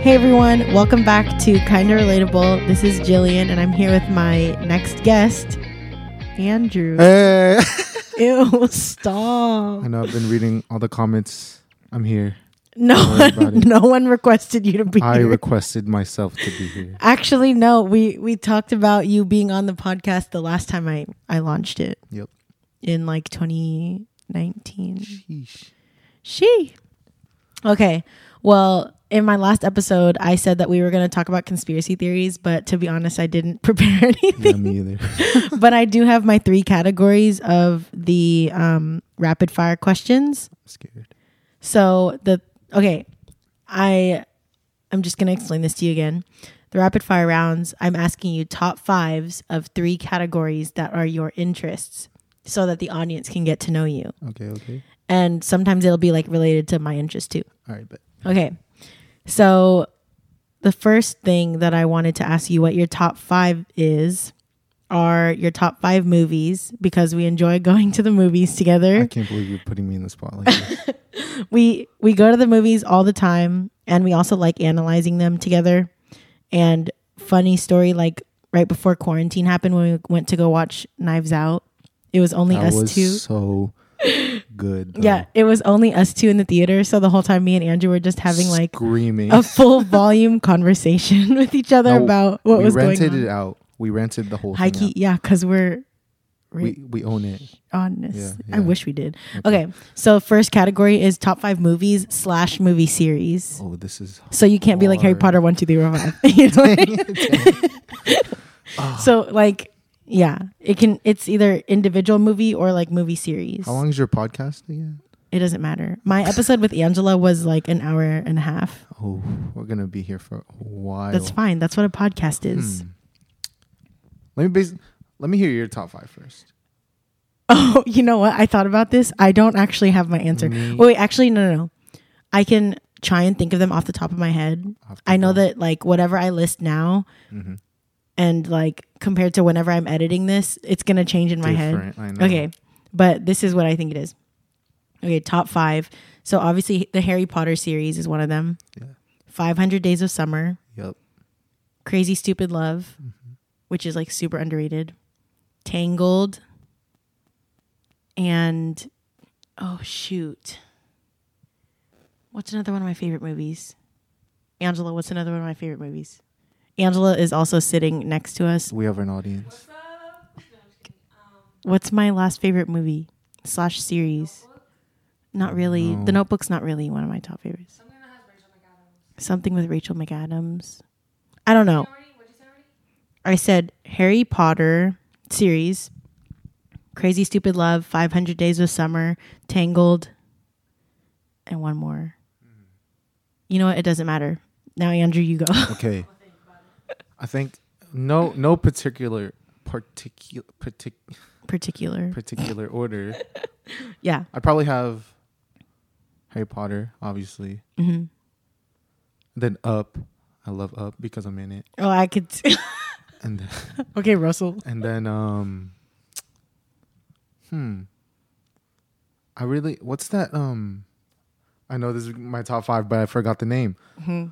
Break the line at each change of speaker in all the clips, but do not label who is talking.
Hey everyone, welcome back to Kinda Relatable. This is Jillian, and I'm here with my next guest, Andrew.
Hey.
Ew, stop.
I know I've been reading all the comments. I'm here.
No
Don't worry about
one,
it.
no one requested you to be
I
here.
requested myself to be here.
Actually, no. We we talked about you being on the podcast the last time I I launched it
Yep.
in like 2019. She. Okay. Well, in my last episode, I said that we were going to talk about conspiracy theories, but to be honest, I didn't prepare
Yeah,
anything.
me either.
but I do have my three categories of the um, rapid fire questions.
I'm scared.
So the okay, I I'm just gonna explain this to you again. The rapid fire rounds, I'm asking you top fives of three categories that are your interests so that the audience can get to know you.
Okay, okay.
And sometimes it'll be like related to my interest too.
All right, but
Okay. So the first thing that I wanted to ask you what your top five is are your top five movies because we enjoy going to the movies
I
together.
can't believe you're putting me in the spot like this.
We we go to the movies all the time and we also like analyzing them together. And funny story, like right before quarantine happened when we went to go watch Knives Out, it was only
That
us
was
two.
so good. though.
yeah, it was only us two in the theater. So the whole time me and Andrew were just having like
screaming.
a full volume conversation with each other
No,
about what
we
was going
rented
on.
it out. We rented the whole
High
thing.
key, yeah, because we're
out. We we own it.
honest.
Yeah,
I
yeah.
wish we did. Okay. so first category is top five movies slash movie series.
Oh, this is
So you can't be like Harry
Hard.
Potter one, two, three, four, five. You know what I mean? so like, yeah, it can. It's either individual movie or like movie series.
How long is your podcast again?
It doesn't matter. My episode with Angela was like an hour and a half.
Oh, we're going to be here for a while.
That's fine. That's what a podcast
Hmm.
is.
Let me base, let me hear your top 5 first.
Oh, you know what? I thought about this. I don't actually have my answer.
Me-
Wait, actually, no, no, no. I can try and think of them off the top of my head.
have to
I know
go.
that like whatever I list now,
Mhm.
and like compared to whenever I'm editing this, it's gonna change in my
Different, I
head.
know.
Okay, but this is what I think it is. Okay, top five. So obviously, the Harry Potter series is one of them.
Yeah.
Five Hundred Days of Summer,
Yep.
Crazy Stupid Love, which is like super underrated, Tangled, and oh shoot, what's another one of my favorite movies? Angela, what's another one of my favorite movies? Angela is also sitting next to us.
We have an audience.
What's my last favorite movie slash series? Not really. The Notebook's not really one of my top favorites. Something with Rachel McAdams. I don't know. I said Harry Potter series, Crazy Stupid Love, 500 Days of Summer, Tangled, and one more. You know what? It doesn't matter. Now, Andrew, you go.
Okay. I think no no particular particular partic,
Particular.
particular order.
Yeah.
I probably have Harry Potter, obviously.
hmm
Then Up. I love Up because I'm in it.
Oh, I could.
And then,
okay, Russell.
and then um hmm. I really what's that um I know this is my top 5 but I forgot the name.
hmm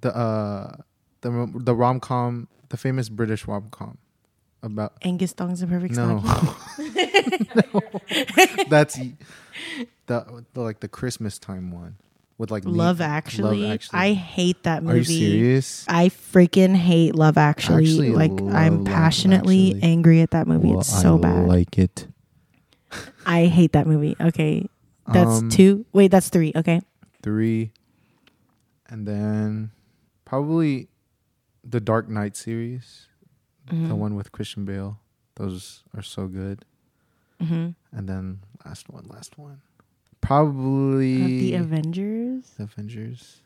The uh the rom- the rom-com, the famous British rom-com about
Angus Thong's a perfect
No.
snacking.
No. That's the, the like the Christmas time one with like
Love
Nick-
Actually.
Love
I hate that movie.
Are you serious?
I freaking hate Love Actually.
Actually
like
love
I'm
Love
passionately
Actually.
angry at that movie.
Well,
it's so
I
bad.
Like it.
I hate that movie. Okay. That's
Um,
two. Wait, that's three. Okay.
Three, and then probably the Dark Knight series, the
Mhm.
one with Christian Bale. Those are so good.
Mhm.
And then last one, last one,
Uh,
probably
the Avengers
the Avengers.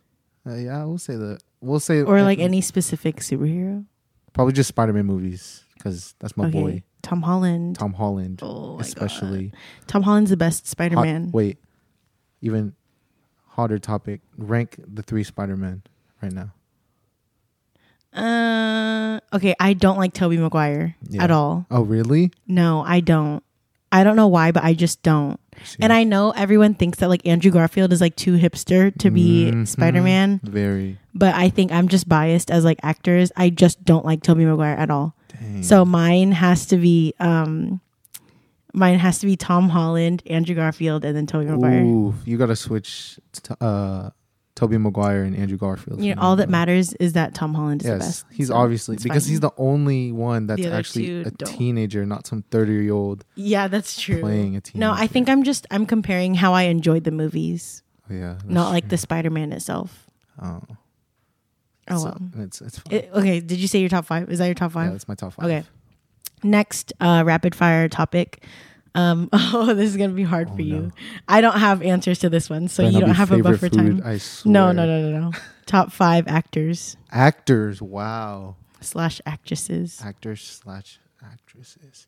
Uh, yeah, we'll say the we'll say
or like
any.
any specific superhero.
Probably just Spider Man movies because that's my
okay.
boy,
Tom Holland.
Tom Holland,
oh, especially
especially.
Tom Holland's the best
Hot-
Spider-Man.
wait, even hotter topic. Rank the three Spider Men right now.
uh, okay, I don't like Tobey Maguire
Yeah.
at all.
Oh, really?
No, I don't. I don't know why, but I just don't. And I know everyone thinks that like Andrew Garfield is like too hipster to be
Mhm.
Spider Man,
Very.
But I think I'm just biased as like actors. I just don't like Toby Maguire at all.
Mm.
So mine has to be um mine has to be Tom Holland, Andrew Garfield, and then Toby Maguire.
Ooh, you gotta switch to, uh, Toby Maguire and Andrew Garfield.
You know, all that matters is that Tom Holland is the
Yes,
best.
he's
So
obviously
it's
because
fine.
he's the only one that's
The other
actually
two
a
don't.
teenager, not some thirty-year-old
Yeah, that's true.
playing a teenager.
No, I think I'm just I'm comparing how I enjoyed the movies,
Oh, yeah, that's
not like
true.
the Spider-Man itself.
Oh,
Oh
So,
well.
it's it's fine.
It- okay, did you say your top 5? Is that your top 5?
Yeah, that's my top five.
Okay. Next uh, rapid fire topic. Um, oh, this is gonna be hard for you.
no.
I don't have answers to this one, so
Better
you
not
don't
be
have a
favorite
buffer time.
food, I swear.
No, no, no, no, no. Top five actors
Actors, wow,
slash actresses.
actors slash actresses.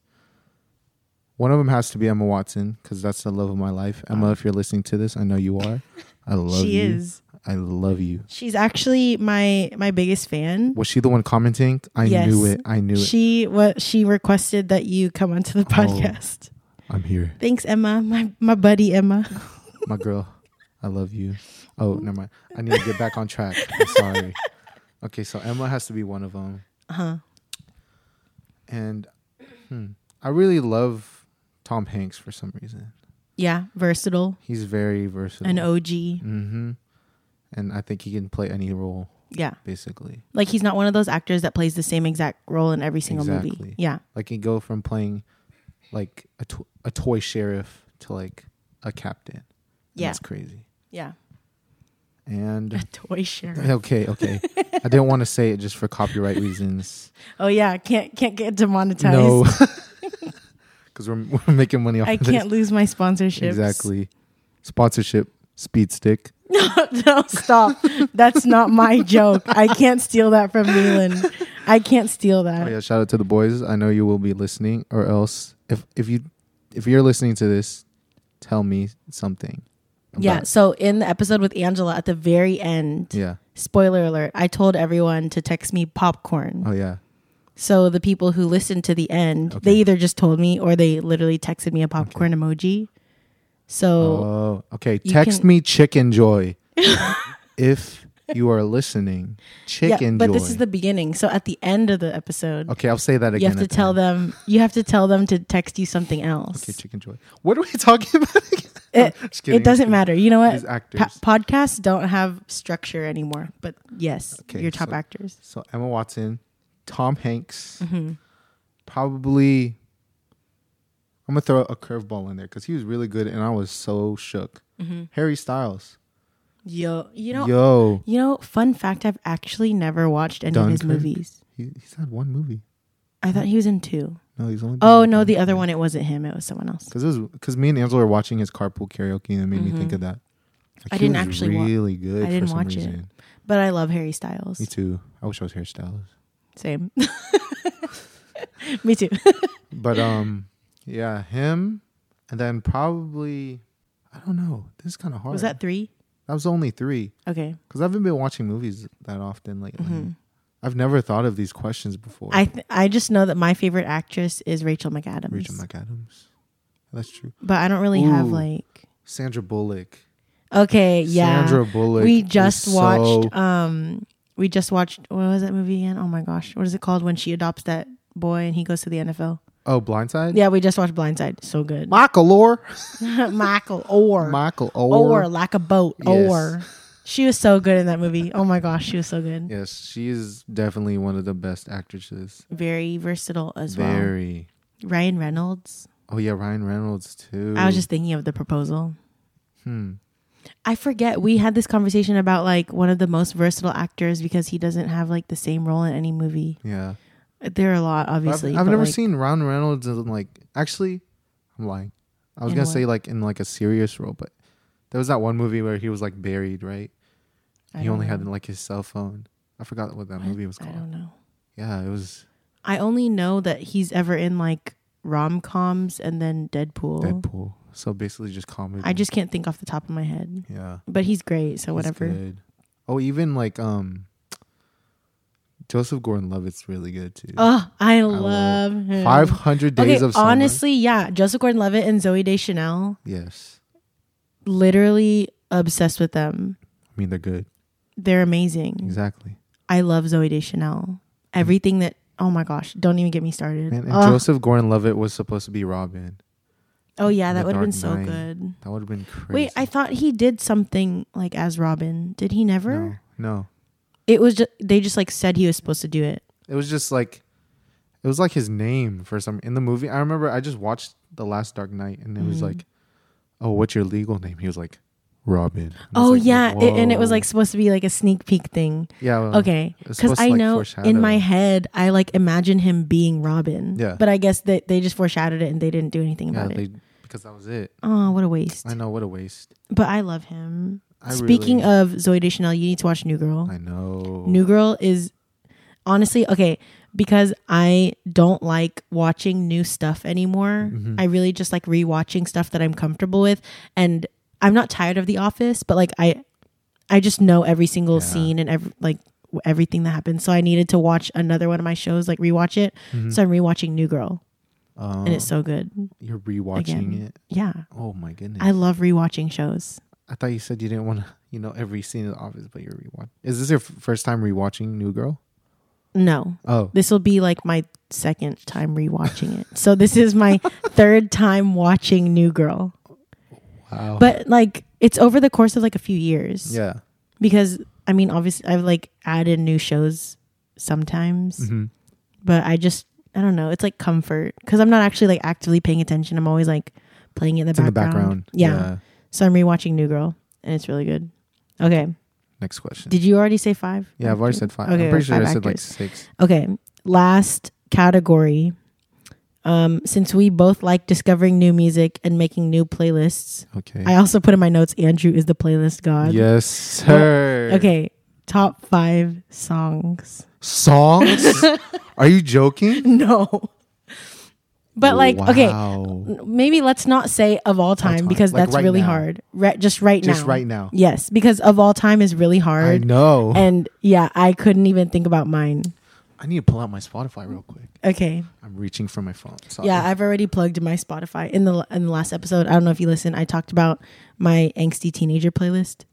One of them has to be Emma Watson because that's the love of my life. Emma, if you're listening to this, I know you are. I love
She
you.
is.
I love you.
She's actually my my biggest fan.
Was she the one commenting? I
Yes.
knew it. I knew it.
She what she requested that you come
Oh.
onto the podcast.
I'm here.
Thanks, Emma, my my buddy Emma.
my girl. I love you. Oh, never mind. I need to get back on track. I'm sorry. Okay, so Emma has to be one of them.
Uh-huh.
And hmm, I really love Tom Hanks for some reason.
Yeah, versatile,
He's very versatile.
an OG.
Mm-hmm. And I think he can play any role,
Yeah,
basically.
like he's not one of those actors that plays the same exact role in every single movie.
Exactly.
Yeah,
Like, he go from playing like a, to- a toy sheriff to like a captain. And
Yeah.
That's crazy.
yeah.
And
Toy sheriff.
okay, okay. I didn't want to say it just for copyright reasons.
Oh yeah, can't can't get demonetized.
No, because we're, we're making money off
I
of this.
can't lose my sponsorships.
Exactly. Sponsorship, speed stick.
No, no, stop. That's not my joke. I can't steal that from Leland. I can't steal
Oh
that.
yeah, shout out to the boys. I know you will be listening, or else if if you if you're listening to this, tell me something. about-
Yeah, so in the episode with Angela at the very end,
Yeah.
spoiler alert, I told everyone to text me popcorn.
Oh yeah.
So the people who listened to the end,
Okay.
they either just told me or they literally texted me a popcorn emoji. So
Oh, okay.
you
Text
can-
me chicken joy. if you are listening,
yeah,
chicken
but
joy.
this is the beginning. So at the end of the episode,
okay, I'll say that again.
you have to
at the
tell
end.
them you have to tell them to text you something else.
Okay, chicken joy. What are we talking about? Again?
it,
Just kidding,
it
just
doesn't
kidding.
matter. You know what?
These actors.
Pa- podcasts don't have structure anymore. But yes,
Okay,
your top
so-
actors.
So Emma Watson, Tom Hanks,
Mm-hmm.
probably. I'm gonna throw a curveball in there because he was really good, and I was so shook. Harry Styles,
Yo, Mm-hmm. you know,
yo,
you know. Fun fact: I've actually never watched any of his
Dunkirk.
movies.
he, he's had one movie.
I thought he was in two.
No, he's only.
Oh no, the other one. It wasn't him. It was someone else.
because it was because me and Angela were watching his carpool karaoke, and it made me think of that. Like,
Mm-hmm. I
he
didn't
was
actually wa-
really good.
I didn't
for some
watch it.
reason.
But I love Harry Styles.
Me too. I wish I was Harry Styles,
Same. Me too.
but um, yeah, him, and then probably I don't know. This is kind of hard.
Was that three?
that was only three.
Okay.
because I haven't been watching movies that often lately. I've never thought of these questions before.
Mm-hmm. I th- I just know that my favorite actress is Rachel McAdams.
Rachel McAdams. That's true.
But I don't really have
Ooh.
like.
Sandra Bullock.
Okay. Yeah.
Sandra Bullock.
we
is
just watched
so-
um we just watched what was that movie again oh my gosh what is it called when she adopts that boy and he goes to the nfl
oh, Blindside.
yeah we just watched blindside so good
Michael Orr.
michael or
Michael
or,
Orr.
like a boat
Yes.
or she was so good in that movie oh my gosh she was so good
Yes, she is definitely one of the best actresses.
very versatile as
Very.
well ryan reynolds
Oh yeah, Ryan Reynolds too.
i was just thinking of the proposal
Hmm.
i forget we had this conversation about like one of the most versatile actors because he doesn't have like the same role in any movie
Yeah.
there are a lot
But
obviously
I've, I've
but,
never
like,
seen Ryan Reynolds in like actually I'm lying. I was
In
gonna
what?
say like in like a serious role, but there was that one movie where he was like buried, right?
I
He
don't
only
know.
had like his cell phone. I forgot what that movie was
i
called.
don't know
Yeah, it was
I only know that he's ever in like rom coms and then Deadpool.
Deadpool. So basically just comedy.
I just can't think off the top of my head.
yeah.
But he's great, so
he's
whatever.
good. Oh, even like um Joseph Gordon-Levitt's really good too.
Oh, I,
love
love him.
500 Days
Mm. okay,
of Summer.
honestly, yeah. Joseph Gordon Levitt and Zoe Deschanel,
Yes.
literally obsessed with them.
I mean they're good.
They're amazing.
Exactly.
I love Zoe Deschanel. Everything that oh my gosh, don't even get me started.
And, and
Ugh.
Joseph Gordon-Levitt was supposed to be Robin.
oh yeah,
The
that would have
Dark
been so
Knight.
good.
That would have been crazy.
Wait, I thought he did something like as Robin. Did he never?
no, no.
It was just they just like said he was supposed to do it.
It was just like, it was like his name for some in the movie. I remember I just watched the last Dark Knight, and it was
Mhm.
like, oh, what's your legal name? He was like, Robin. I was
Oh
like,
yeah, it, and it was
whoa.
like supposed to be like a sneak peek thing.
yeah, well,
okay,
it's
because
supposed to,
I
like,
know
foreshadow.
in my head I like imagine him being Robin.
Yeah.
but I guess that they just foreshadowed it and they didn't do anything
yeah,
about
they,
it.
because that was it.
Oh, what a waste!
I know what a waste.
But I love him.
I
Speaking
really-
of Zoe Deschanel, you need to watch New Girl.
I know.
New Girl is honestly okay because I don't like watching new stuff anymore. I really just like rewatching stuff that I'm comfortable with and I'm not tired of The Office, but like I I just know every single
Yeah.
scene and every like w- everything that happens. So I needed to watch another one of my shows like rewatch it. So I'm rewatching New Girl
Uh,
and it's so good.
you're rewatching
again.
it.
Yeah.
Oh my goodness!
I love rewatching shows.
I thought you said you didn't want to, you know, every scene of the office, but you're rewatching. Is this your f- first time rewatching New Girl?
No.
Oh,
This will be like my second time rewatching it. So this is my third time watching New Girl.
wow.
But like it's over the course of like a few years.
yeah.
Because I mean obviously I've like added new shows sometimes,
Mhm.
but I just I don't know, it's like comfort cuz I'm not actually like actively paying attention. I'm always like playing it in the
It's in the
background.
background.
Yeah. So I'm rewatching New Girl and it's really good. Okay.
Next question.
Did you already say 5?
yeah, I've already said five.
Okay,
I'm pretty sure
five
I said like
actors.
six.
Okay, last category. Um, since we both like discovering new music and making new playlists,
Okay.
I also put in my notes Andrew is the playlist god.
yes, sir.
Okay, top five songs.
Songs? Are you joking?
No. But like, okay,
Wow.
maybe let's not say of all time,
time.
because
Like
that's
right
really
now.
hard. Re- just right
Just
now.
right now.
Yes, because of all time is really
I
hard.
know.
And yeah, I couldn't even think about mine.
I need to pull out my Spotify real quick.
Okay.
I'm reaching for my phone. Sorry.
Yeah, I've already plugged my Spotify in the in the last episode. I don't know if you listened. I talked about my angsty teenager playlist.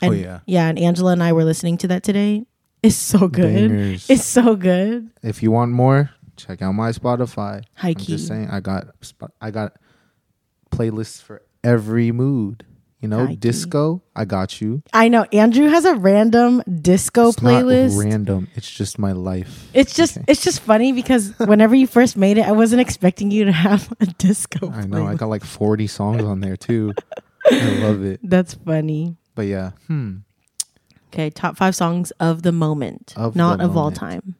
And,
Oh, yeah.
yeah. And Angela and I were listening to that today. It's so good.
Bangers.
It's so good.
If you want more, check out my Spotify.
High
I'm
key.
just saying, I got Spo- I got playlists for every mood. You know,
High key.
disco. I got you.
I know Andrew has a random disco
it's
playlist.
Not random. It's just my life.
it's just
Okay.
it's just funny because whenever you first made it, I wasn't expecting you to have a disco.
I know. I
playlist.
got like 40 songs on there too. I love it.
That's funny.
But yeah, hmm.
Okay, top five songs of the moment,
Of the
not of all
moment.
time.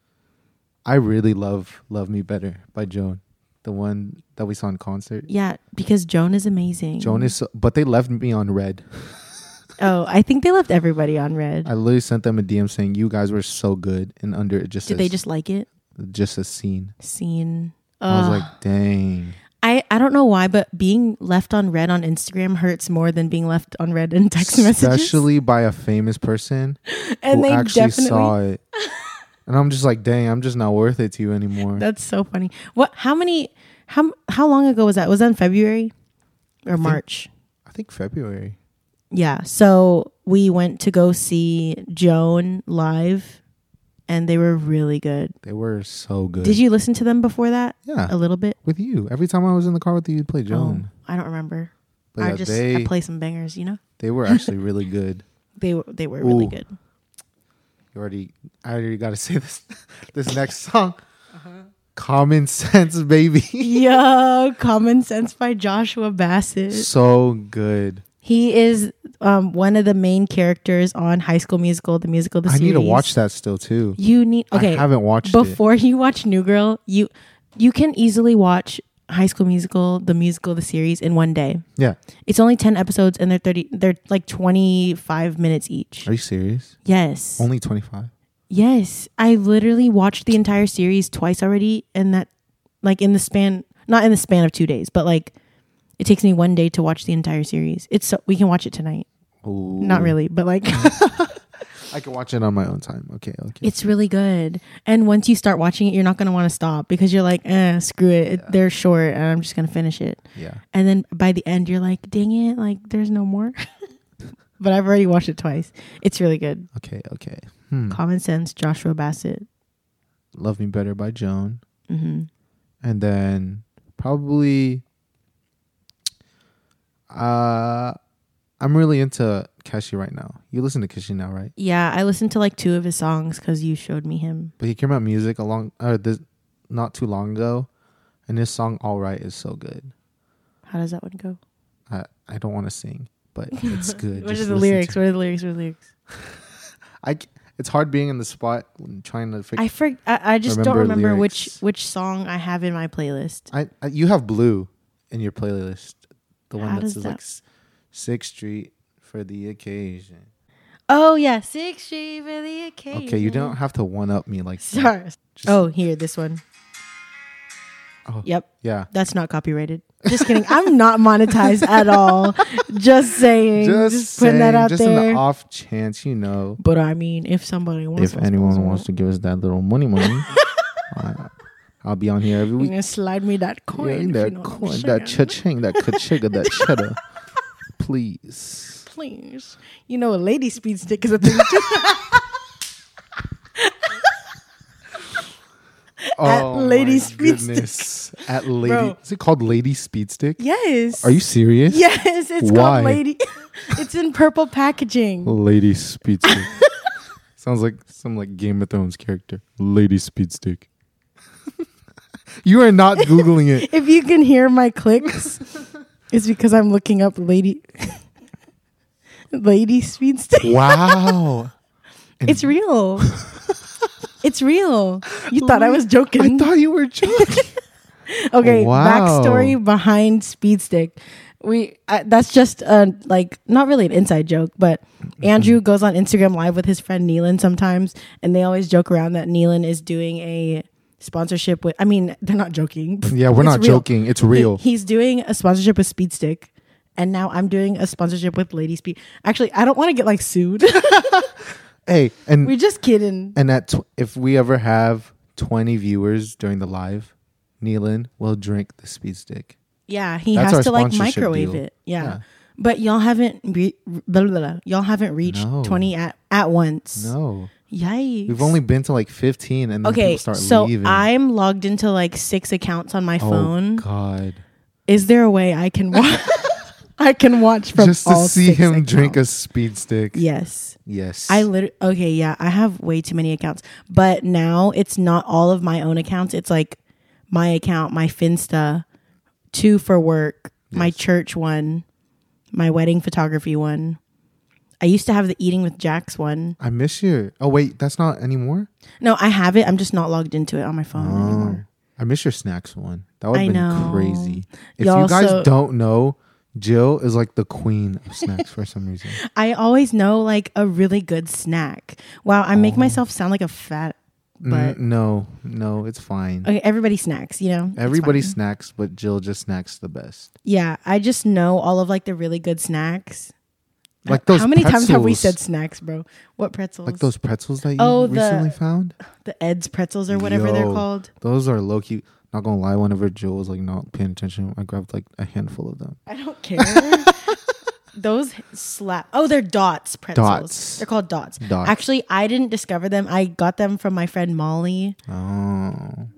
I really love "Love Me Better" by Joan, the one that we saw in concert.
Yeah, because Joan is amazing.
Joan is, so, but they left me on red.
Oh, I think they left everybody on red.
I literally sent them a DM saying you guys were so good, and under it just
Did
says,
they just like it?
just a scene.
Scene.
I
Ugh.
was like, dang.
Uh, I, I don't know why, but being left on red on Instagram hurts more than being left on red in text messages.
Especially by a famous person
And
who
they
actually
definitely.
saw it. and I'm just like, dang, I'm just not worth it to you anymore.
That's so funny. What? How many? How how long ago was that? Was that in February or March?
I think February.
Yeah. So we went to go see Joan live, and they were really good.
They were so good.
Did you listen to them before that?
Yeah.
A little bit.
with you. Every time I was in the car with you, you'd play Uh, Joan.
Oh, I don't remember.
but
I
yeah,
just
they
I play some bangers. You know,
they were actually really good.
they were they were really
Ooh.
good.
You already, I already got to say this. this next song,
Uh-huh.
"Common Sense Baby,"
Yo, Common Sense by Joshua Bassett.
so good.
He is um, one of the main characters on High School Musical, the musical. The
I need to
series.
watch that still too.
You need okay.
I haven't watched it.
Before you watch New Girl, you you can easily watch High School Musical, the musical, the series in one day.
Yeah,
It's only ten episodes, and they're thirty. They're like twenty five minutes each.
are you serious?
Yes.
Only twenty five.
Yes, I literally watched the entire series twice already, and that, like, in the span not in the span of two days, but like, it takes me one day to watch the entire series. It's so we can watch it tonight. Not really, but like,
I can watch it on my own time. Okay, okay.
it's really good. And once you start watching it, you're not gonna want to stop because you're like, eh, screw it. It- They're short, and I'm just gonna finish it.
yeah,
And then by the end, you're like, dang it, like, there's no more. but I've already watched it twice. It's really good.
Okay, okay. Hmm.
Common Sense, Joshua Bassett.
Love Me Better by Joan.
hmm
And then probably uh I'm really into Keshi right now. You listen to Keshi now, right?
Yeah, I listened to like two of his songs because you showed me him.
But he came out music along uh this not too long ago and his song All Right is so good.
How does that one go?
I I don't want to sing, but it's good.
What
Just
are the
listen
lyrics?
to
What are the lyrics? What are the lyrics?
I c- it's hard being in the spot and trying to figure
I for, I, I just don't
Remember
remember which
lyrics.
which song I have in my playlist.
I, I you have blue in your playlist, the one
How
that
does
says
that-
like S- Sixth Street for the occasion.
Oh yeah, Six Street for the occasion.
Okay, you don't have to one up me like that.
Sorry.
Just-
oh, here this one.
Oh.
Yep,
Yeah,
that's not copyrighted. Just kidding. I'm not monetized at all. Just saying. Just,
just,
putting that
saying,
out
just
there.
in the off chance, you know,
but I mean, if somebody wants,
if anyone wants to give us that little money, money, I, I'll be on here every
you
week.
know, slide me that
Yeah,
coin. if you
that
know what I'm
coin, that
saying.
cha-ching, that kachiga, that cheddar, please.
please. You know, a lady speed stick is a thing too.
Oh my
lady speed stick.
goodness. At lady,
Bro.
is it called lady speed stick?
yes.
Are you serious?
Yes, it's
Why? Oh.
called lady. it's in purple packaging.
Lady Speed Stick. Sounds like some like Game of Thrones character. Lady Speed Stick. you are not googling it.
If you can hear my clicks, it's because I'm looking up lady. lady speed stick.
Wow. And
It's real. it's real. You thought I was joking.
I thought you were joking.
Okay,
Wow.
backstory behind Speed Stick. We uh, that's just uh, like not really an inside joke, but
Mm-hmm.
Andrew goes on Instagram Live with his friend Neelan sometimes, and they always joke around that Neelan is doing a sponsorship with. I mean, they're not joking.
yeah, we're
It's
not
real.
joking. It's real.
He- he's doing a sponsorship with Speed Stick, and now I'm doing a sponsorship with Lady Speed. Actually, I don't want to get like sued.
hey, and
We're just kidding.
and at tw- if we ever have 20 viewers during the live, Neelan will drink the Speed Stick.
Yeah, he
That's our
has to like
sponsorship
microwave
deal.
it. Yeah.
Yeah.
But y'all haven't re- blah, blah, blah. y'all haven't reached
No.
20 at at once.
No.
Yikes.
We've only been to like 15 and then
Okay,
people start
so
leaving.
I'm logged into like six accounts on my
oh
phone.
god.
Is there a way I can watch I can watch from
Just to
all
see
six
him drink a
accounts?
Speed Stick.
Yes.
Yes.
I literally okay, yeah, I have way too many accounts. But now it's not all of my own accounts. It's like my account, my Finsta, two for work, my church one, my wedding photography one. I used to have the eating with Jax one.
I miss you. Oh wait, that's not anymore.
No, I have it. I'm just not logged into it on my phone anymore.
Mm. I miss your snacks one. That would
I
have been
know.
crazy. If
Y'all,
you guys
so-
don't know, Jill is like the queen of snacks for some reason.
I always know like a really good snack. Wow, I make myself sound like a fat
But
but
no, no, it's fine.
okay, everybody snacks, you know. It's fine.
Everybody snacks, but Jill just snacks the best.
Yeah, I just know all of like the really good snacks.
Like those
Uh, How many
pretzels,
times have we said snacks, bro? What pretzels?
like those pretzels that you
Oh, the-
recently found?
the Ed's pretzels or whatever they're
Yo.
called.
Those are low key. Not gonna lie, whenever Jill was like not paying attention, I grabbed like a handful of them.
I don't care. those slap. Oh, they're dots pretzels.
Dots.
They're called dots.
Dots.
Actually, I didn't discover them. I got them from my friend Molly,
Oh,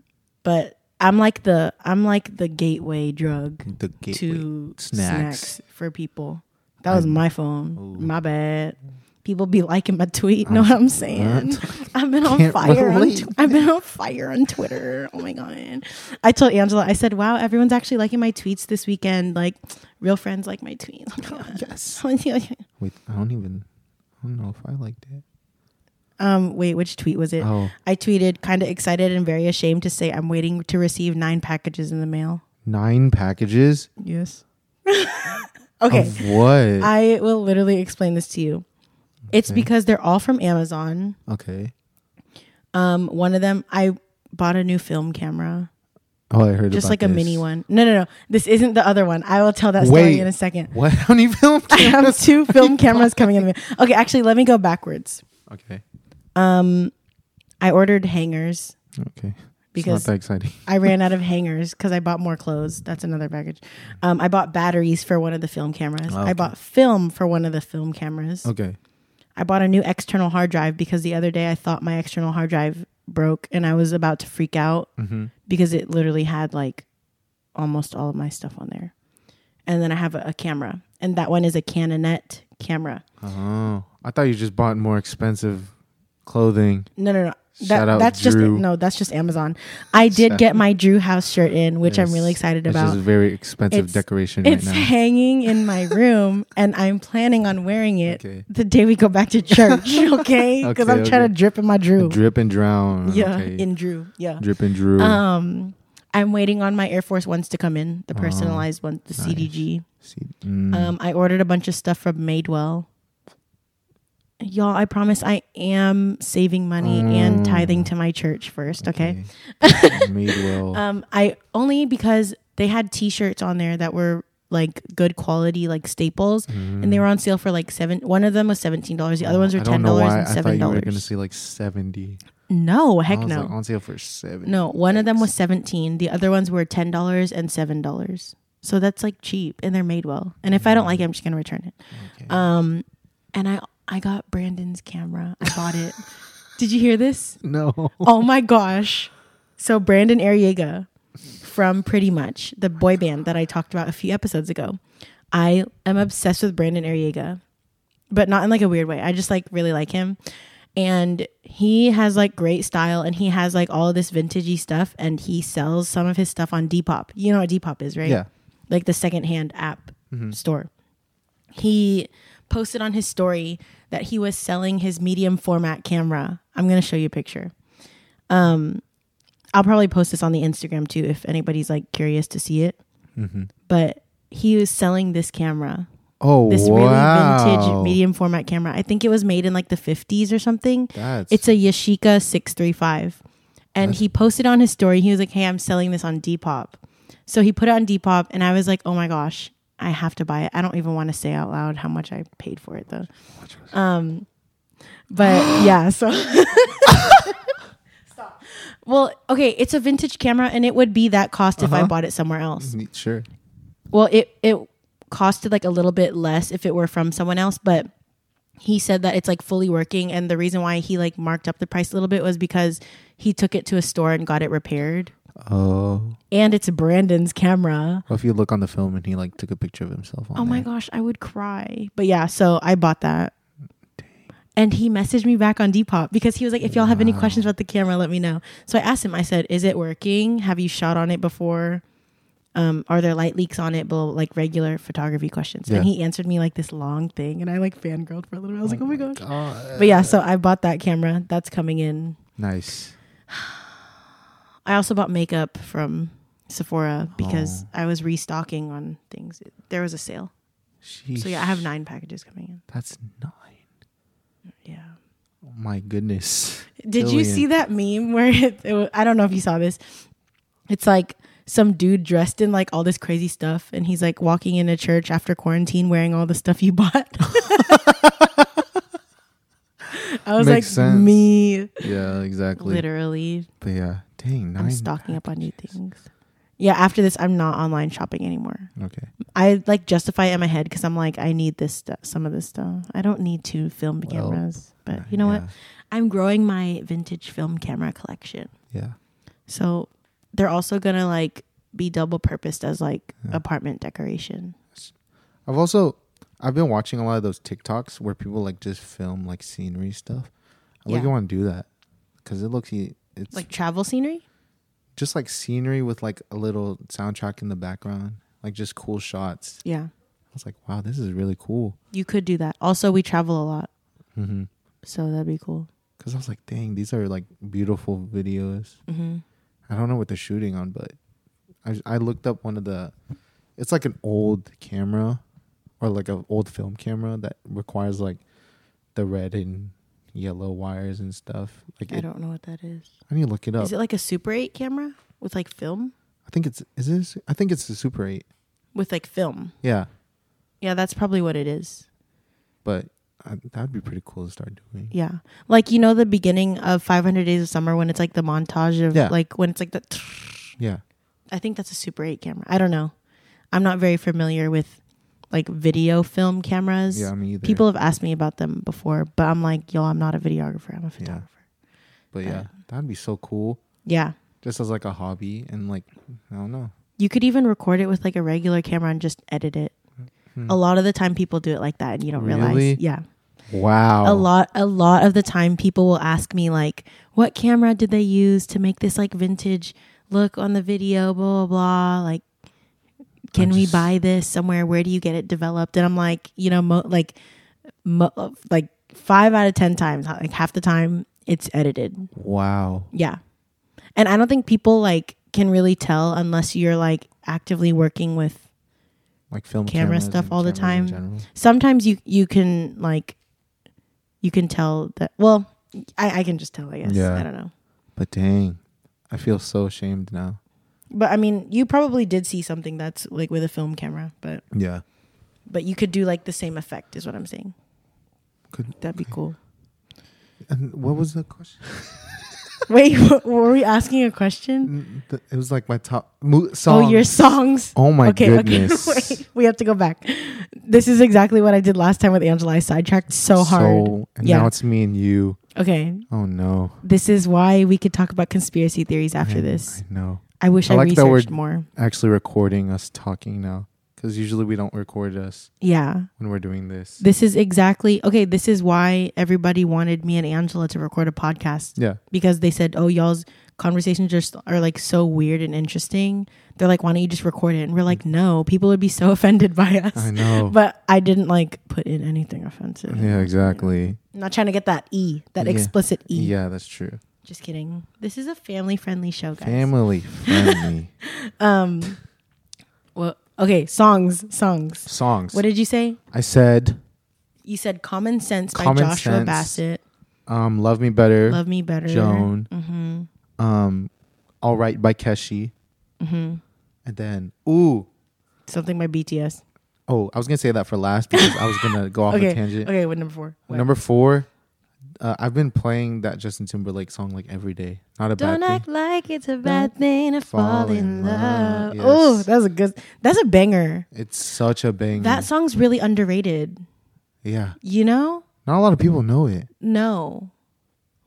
but I'm like the I'm like the gateway drug
the gateway
to
snacks.
snacks. for people. That was my phone. My bad. People be liking my tweet. Know what I'm saying? I've been on
Can't
fire. On
relate.
tw- I've been on fire on Twitter. Oh my god! I told Angela. I said, "Wow, everyone's actually liking my tweets this weekend. Like, real friends like my tweets." Oh my God.
Wait, I don't even. I don't know if I liked it.
um, wait, which tweet was it?
Oh,
I tweeted, kind of excited and very ashamed to say, "I'm waiting to receive nine packages in the mail."
nine packages.
Yes. Oh, okay.
Of what?
I will literally explain this to you. It's because they're all from Amazon.
okay.
Um, one of them, I bought a new film camera,
Oh, I heard
just
about
like a
this.
mini one. No, no, no. This isn't the other one. I will tell that story
Wait.
in a second.
What? How many film
I have
cameras?
two film cameras coming in the mail. Okay, actually, let me go backwards.
okay.
Um, I ordered hangers.
Okay.
because
it's not that exciting.
I ran out of hangers because I bought more clothes. That's another package. Um, I bought batteries for one of the film cameras.
Oh, okay.
I bought film for one of the film cameras.
Okay.
I bought a new external hard drive because the other day I thought my external hard drive broke and I was about to freak out
Mm-hmm.
because it literally had like almost all of my stuff on there. And then I have a, a camera, and that one is a Canonet camera.
Oh, I thought you just bought more expensive clothing.
No, no, no.
Shout
That,
out
that's
Drew.
just no, that's just Amazon. I did get my Drew House shirt in, which I'm
Yes.
really excited
It's
about.
just very expensive
It's-
decoration right
It's
now.
hanging in my room, and I'm planning on wearing it
Okay.
the day we go back to church. Okay, because
Okay,
I'm trying to
okay.
drip in my Drew.
Drip and drown.
yeah,
Okay.
in Drew. Yeah.
Drip and Drew.
Um, I'm waiting on my Air Force Ones to come in, the personalized ones, the CDG.
See, Oh, mm,
Um, I ordered a bunch of stuff from Madewell. Y'all, I promise I am saving money
Mm.
and tithing to my church first. okay.
made well.
Um, I only because they had T-shirts on there that were like good quality, like staples, and they were on sale for like seven. One of them was seventeen dollars. The other ones
Mm. Oh, I
were
don't
ten
know
dollars
why
and
I thought
seven
you were going to
dollars.
say like 70.
No,
I
heck
was like
no,
on sale for 70.
no. One of them was seventeen. The other ones were ten dollars and seven dollars. So that's like cheap, and they're made well. And if I don't like it, I'm just gonna return it.
Okay.
Um, and I I got Brandon's camera. I bought it. Did you hear this?
No.
oh my gosh. So Brandon Ariega from Pretty Much, the boy band that I talked about a few episodes ago. I am obsessed with Brandon Ariega, but not in like a weird way. I just like really like him. And he has like great style and he has like all of this vintagey stuff and he sells some of his stuff on Depop. You know what Depop is, right?
Yeah.
Like the secondhand app store he posted on his story that he was selling his medium format camera. I'm going to show you a picture. Um, I'll probably post this on the Instagram too if anybody's like curious to see it. But he was selling this camera,
Oh,
this
wow.
really vintage medium format camera. I think it was made in like the 50s or something.
That's
It's a Yashica 635. And he posted on his story, he was like, Hey, I'm selling this on Depop. So he put it on Depop, and I was like, Oh my gosh, I have to buy it. I don't even want to say out loud how much I paid for it, though. Um, but yeah, so. Stop. Well, okay, it's a vintage camera, and it would be that cost if I bought it somewhere else.
neat- sure.
Well, it it costed like a little bit less if it were from someone else, but he said that it's like fully working and the reason why he like marked up the price a little bit was because he took it to a store and got it repaired.
Oh,
And it's Brandon's camera.
well, if you look on the film and he like took a picture of himself on
Oh my gosh, I would cry. But yeah, so I bought that. And he messaged me back on Depop because he was like, if y'all have any questions about the camera, let me know. So I asked him, I said, is it working? Have you shot on it before? Um, are there light leaks on it? Blah, blah, like regular photography questions. And
Yeah.
he answered me like this long thing. And I like fangirled for a little bit. I was like, oh my gosh.
God.
But yeah, so I bought that camera. That's coming in.
Nice.
I also bought makeup from Sephora because I was restocking on things. There was a sale. So yeah, I have
Sheesh.
nine packages coming in.
That's nine.
Yeah.
Oh my goodness.
Did you see that meme where it, it wa- I don't know if you saw this? It's like some dude dressed in like all this crazy stuff, and he's like walking in a church after quarantine wearing all the stuff you bought. I was like,
Makes sense.
me,
Yeah, exactly.
literally,
But yeah, dang,
I'm
nine.
stocking up on new things. Yeah, after this, I'm not online shopping anymore.
Okay.
I like justify it in my head because I'm like, I need this stuff, some of this stuff. I don't need to film cameras, but you know what?
uh, yeah.
I'm growing my vintage film camera collection.
Yeah.
So they're also gonna like be double purposed as like apartment decoration.
I've also I've been watching a lot of those TikToks where people like just film like scenery stuff. I like
Yeah.
want to do that because it looks e- it's
Like travel scenery?
just like scenery with like a little soundtrack in the background, like just cool shots.
Yeah.
I was like, wow, this is really cool.
You could do that. Also we travel a lot.
Mhm.
So that'd be cool.
Because I was like, dang, these are like beautiful videos.
Mm-hmm.
I don't know what they're shooting on, but I I looked up one of the. It's like an old camera, or like an old film camera that requires like the red and yellow wires and stuff. Like
I
it,
don't know what that is.
I need to look it up.
Is it like a Super 8 camera with like film?
I think it's is this. I think it's the Super Eight.
With like film.
Yeah,
Yeah, that's probably what it is.
but I, that'd be pretty cool to start doing.
Yeah. Like you know the beginning of 500 Days of Summer when it's like the montage of
Yeah.
like when it's like the
Yeah.
I think that's a Super 8 camera. I don't know. I'm not very familiar with like video film cameras.
Yeah, me either.
People have asked me about them before, but I'm like, yo, I'm not a videographer. I'm a photographer.
but yeah, that'd be so cool.
Yeah.
Just as like a hobby and like I don't know.
You could even record it with like a regular camera and just edit it.
Hmm.
A lot of the time people do it like that and you don't
Really? Oh.
realize. Yeah.
Wow.
a lot a lot of the time people will ask me like what camera did they use to make this like vintage look on the video blah blah blah like can
I
we
just-
buy this somewhere where do you get it developed and i'm like you know mo- like mo- like 5 out of 10 times like half the time it's edited
Wow.
yeah and i don't think people like can really tell unless you're like actively working with
Like film
Camera
cameras
stuff
and
all the time.
cameras in general.
sometimes you you can like you can tell that well i, I can just tell i guess
Yeah.
i don't know
But dang, I feel so ashamed now.
but i mean you probably did see something that's like with a film camera but
Yeah.
but you could do like the same effect is what i'm saying
Could-
that'd be cool
And what was the question?
wait w- were we asking a question
Mm, th- It was like my top mo- song.
oh your songs
Oh my
okay
goodness.
okay wait we have to go back this is exactly what i did last time with angela i sidetracked so hard
So, and
Yeah.
now it's me and you.
okay
Oh no.
this is why we could talk about conspiracy theories after
I-
this
I know.
i wish
I
i,
like that we're-
researched more
Actually recording us talking now cuz usually we don't record us
yeah
when we're doing this.
This is exactly okay. This is why everybody wanted me and Angela to record a podcast
yeah.
because they said, "Oh, y'all's conversations just are like so weird and interesting." They're like, "Why don't you just record it?" And we're like, "No, people would be so offended by us."
Mm. I know.
But I didn't like put in anything offensive.
yeah, exactly.
I'm not trying to get that E, that
Yeah.
explicit E.
Yeah, that's true.
Just kidding. This is a family-friendly show, guys.
Family friendly
um, well, okay, songs, songs.
songs.
What did you say?
I said
You said "Common Sense" by
Common
Joshua
Sense.
Bassett.
um Love Me Better,
Love Me Better.
Joan,
Mm-hmm.
um All Right by Keshi,
Mm-hmm.
and then ooh,
Something by BTS.
oh, I was going to say that for last because I was going to go off
okay.
a tangent.
Okay, what number four? What?
Number 4, uh, I've been playing that Justin Timberlake song like every day. Not a
Don't
bad thing.
act like it's a bad thing to fall, in love.
yes.
Oh, that's a good. That's a banger.
It's such a banger.
That song's really underrated.
yeah.
You know?
Not a lot of people know it.
No.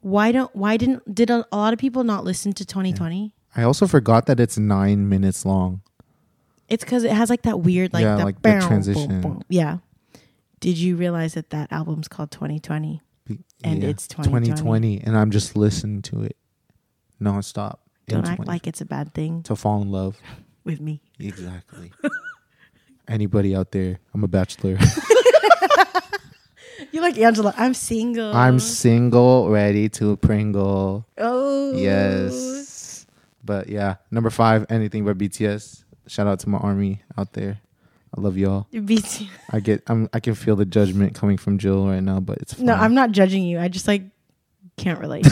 Why don't? Why didn't? Did a, a lot of people not listen to 2020?
I also forgot that it's nine minutes long.
It's because it has like that weird, like
Yeah,
the
like the
bow, bow,
transition.
bow. Yeah. Did you realize that that album's called 2020?
Be-
And
yeah,
it's 2020.
and I'm just listening to it nonstop. in
Don't act
20
like it's a bad thing
to fall in love.
with me.
Exactly. Anybody out there? I'm a bachelor.
You're like Angela. I'm single.
I'm single, ready to pringle.
Oh
Yes. But yeah, number five, anything but BTS. Shout out to my army out there. I love y'all.
BTS.
I get, I'm, I can feel the judgment coming from Jill right now, but it's fine.
No, I'm not judging you. I just like can't relate.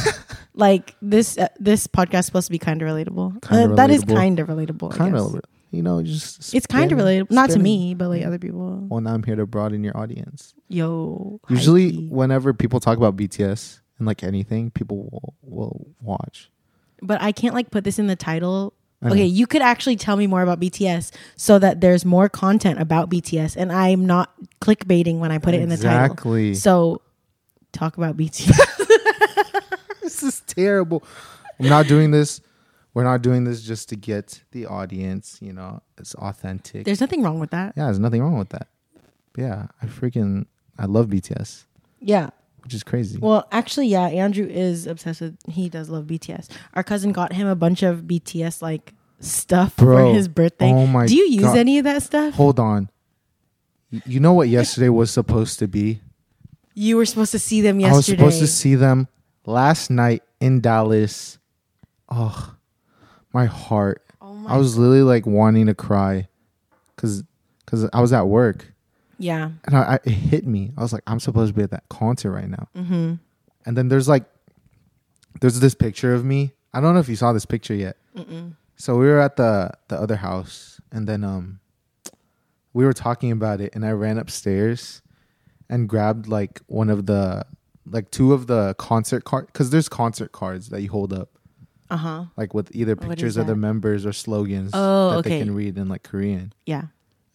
like this uh, this podcast is supposed to be kind of relatable.
Kinda
Uh, that is
relatable.
kind of relatable. I
kind
guess.
of, you know, just
It's kind of
spin-
relatable, not to
spin-
me, but like other people.
Well, now I'm here to broaden your audience.
Yo.
Usually,
hypey.
whenever people talk about BTS and like anything, people will, will watch.
but I can't like put this in the title.
I know.
Okay, you could actually tell me more about BTS so that there's more content about BTS, and I'm not clickbaiting when I put it in the title.
Exactly.
So, talk about BTS.
This is terrible. I'm not doing this. We're not doing this just to get the audience. You know, it's authentic.
there's nothing wrong with that.
yeah, there's nothing wrong with that. But yeah, I freaking I love BTS,
Yeah,
which is crazy.
Well, actually, yeah, Andrew is obsessed with. He does love BTS. Our cousin got him a bunch of BTS like stuff
Bro,
for his birthday.
oh my
Do you use
God.
any of that stuff?
Hold on. Y- You know what yesterday was supposed to be?
You were supposed to see them
I was
yesterday.
supposed to see them last night in Dallas. Oh, my heart.
Oh
I was literally like wanting to cry because cause I was at work
yeah.
and I, I, it hit me. I was like, I'm supposed to be at that concert right now.
Mm-hmm.
And then there's like, there's this picture of me. I don't know if you saw this picture yet.
Mm-mm.
So we were at the the other house, and then um, we were talking about it, and I ran upstairs, and grabbed like one of the like two of the concert card because there's concert cards that you hold up
Uh huh.
like with either
What is
pictures of the
that?
members or slogans
Oh,
that
okay.
they can read in like Korean.
Yeah.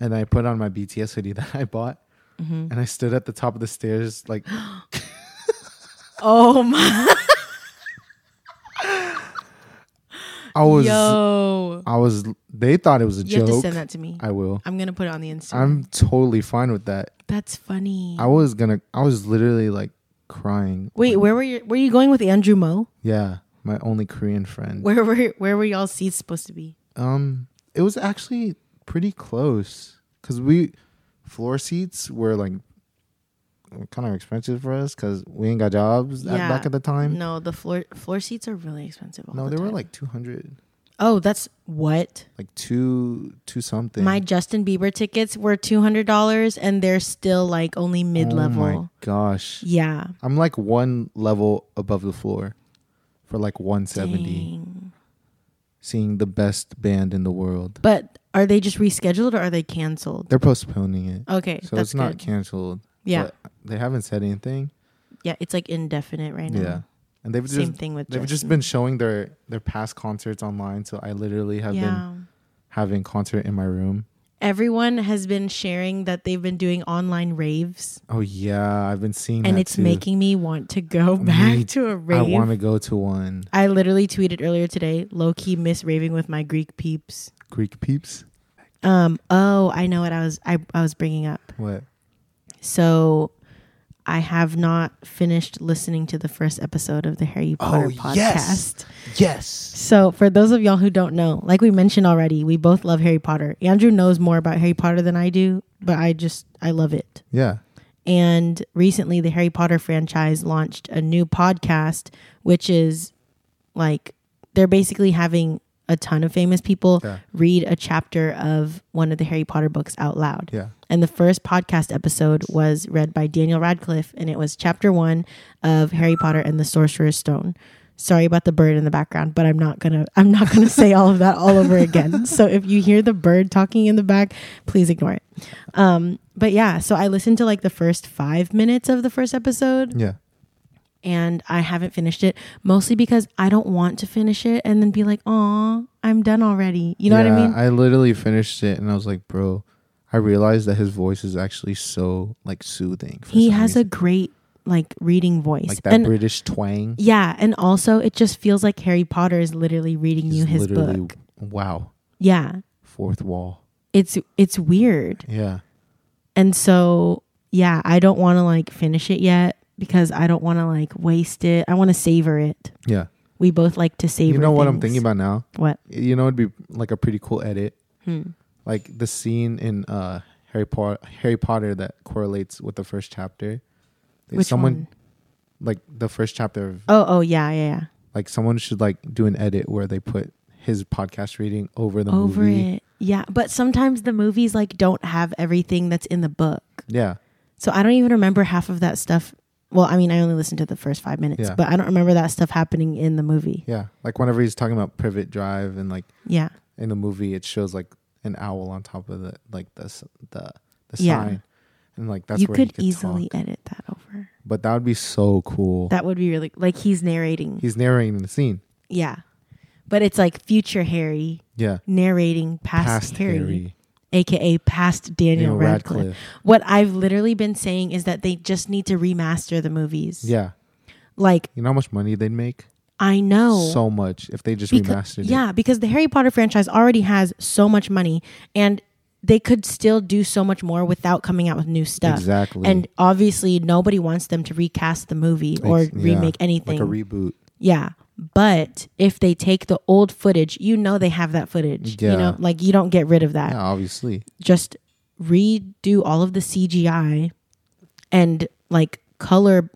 And I put on my BTS hoodie that I bought,
Mm-hmm.
and I stood at the top of the stairs like
Oh my.
I was.
Yo.
I was. They thought it was a
You have to
joke.
send that to me.
I will.
I'm gonna put it on the Instagram.
I'm totally fine with that.
That's funny.
I was gonna. I was literally like crying.
Wait, where were you? Were you going with Andrew Mo?
Yeah, my only Korean friend.
Where were where were y'all seats supposed to be?
Um, it was actually pretty close because we floor seats were like kind of expensive for us because we ain't got jobs at-
Yeah.
back at the time.
No, the floor floor seats are really expensive. all
No,
the
they were
time.
like two hundred,
oh, that's what
like two two something.
my Justin Bieber tickets were two hundred dollars, and they're still like only mid level.
Oh my gosh,
yeah,
I'm like one level above the floor for like one seventy.
Dang.
Seeing the best band in the world,
But are they just rescheduled or are they canceled?
they're postponing it,
Okay,
so
that's
it's not
good.
canceled.
Yeah.
but they haven't said anything.
yeah, it's like indefinite right now.
Yeah, and they've
Same
just
thing with
They've just
Justin.
been showing their their past concerts online, so I literally have been
yeah.
having concert in my room.
Everyone has been sharing that they've been doing online raves,
Oh yeah, I've been seeing
and
that
it's
too.
making me want to go back to a
I
rave.
want to go to one
I literally tweeted earlier today, low key miss raving with my Greek peeps.
Greek peeps.
Um, oh, I know what I was I, I was bringing up.
What?
So I have not finished listening to the first episode of the Harry Potter podcast.
Oh, yes. Yes.
So for those of y'all who don't know, like we mentioned already, we both love Harry Potter. Andrew knows more about Harry Potter than I do, but I just I love it.
Yeah.
And recently the Harry Potter franchise launched a new podcast which is like they're basically having a ton of famous people
Yeah.
read a chapter of one of the Harry Potter books out loud.
Yeah.
And the first podcast episode was read by Daniel Radcliffe, and it was chapter one of Harry Potter and the Sorcerer's Stone. Sorry about the bird in the background, but I'm not gonna I'm not gonna say all of that all over again. So if you hear the bird talking in the back, please ignore it. Um, but yeah, so I listened to like the first five minutes of the first episode,
Yeah.
and I haven't finished it mostly because I don't want to finish it and then be like, "Aw, I'm done already." You know
yeah,
what I mean?
I literally finished it, and I was like, bro, I realized that his voice is actually so like soothing. For
he
some
has
reason.
a great like reading voice,
like that
and
British twang.
yeah, and also it just feels like Harry Potter is literally reading you
He's
his
literally
book.
wow,
Yeah,
fourth wall.
it's it's weird,
Yeah.
and so yeah, I don't want to like finish it yet because I don't want to like waste it. I want to savor it.
Yeah.
We both like to savor.
you know what I'm
things.
thinking about now?
What?
you know it'd be like a pretty cool edit
Hmm.
like the scene in uh harry potter harry potter that correlates with the first chapter Like,
Which
someone
one?
like the first chapter of
Oh, oh yeah, yeah, yeah.
like someone should like do an edit where they put his podcast reading over the
over
movie
it. Yeah, but sometimes the movies like don't have everything that's in the book.
yeah
So I don't even remember half of that stuff. Well, I mean, I only listened to the first 5 minutes,
Yeah.
but I don't remember that stuff happening in the movie.
yeah like whenever he's talking about privet drive and like
Yeah.
in the movie it shows like an owl on top of the like the s- the, the
Yeah.
sign and like that's
you
where
could,
he could
easily
talk.
edit that over.
but that would be so cool
That would be really like he's narrating.
he's narrating the scene
yeah. But it's like future Harry
yeah
narrating past,
past
Harry,
harry
aka past Daniel
Daniel
Radcliffe. What I've literally been saying is that they just need to remaster the movies.
yeah
Like
You know how much money they'd make?
I know
So much if they just
Becau-
remastered it.
yeah, Oh. because the Harry Potter franchise already has so much money and they could still do so much more without coming out with new stuff.
Exactly.
And obviously nobody wants them to recast the movie or
Ex- yeah,
remake anything.
Like a reboot.
yeah. But if they take the old footage, you know they have that footage. You
Yeah.
know, like you don't get rid of that.
Yeah, obviously.
Just redo all of the CGI and like color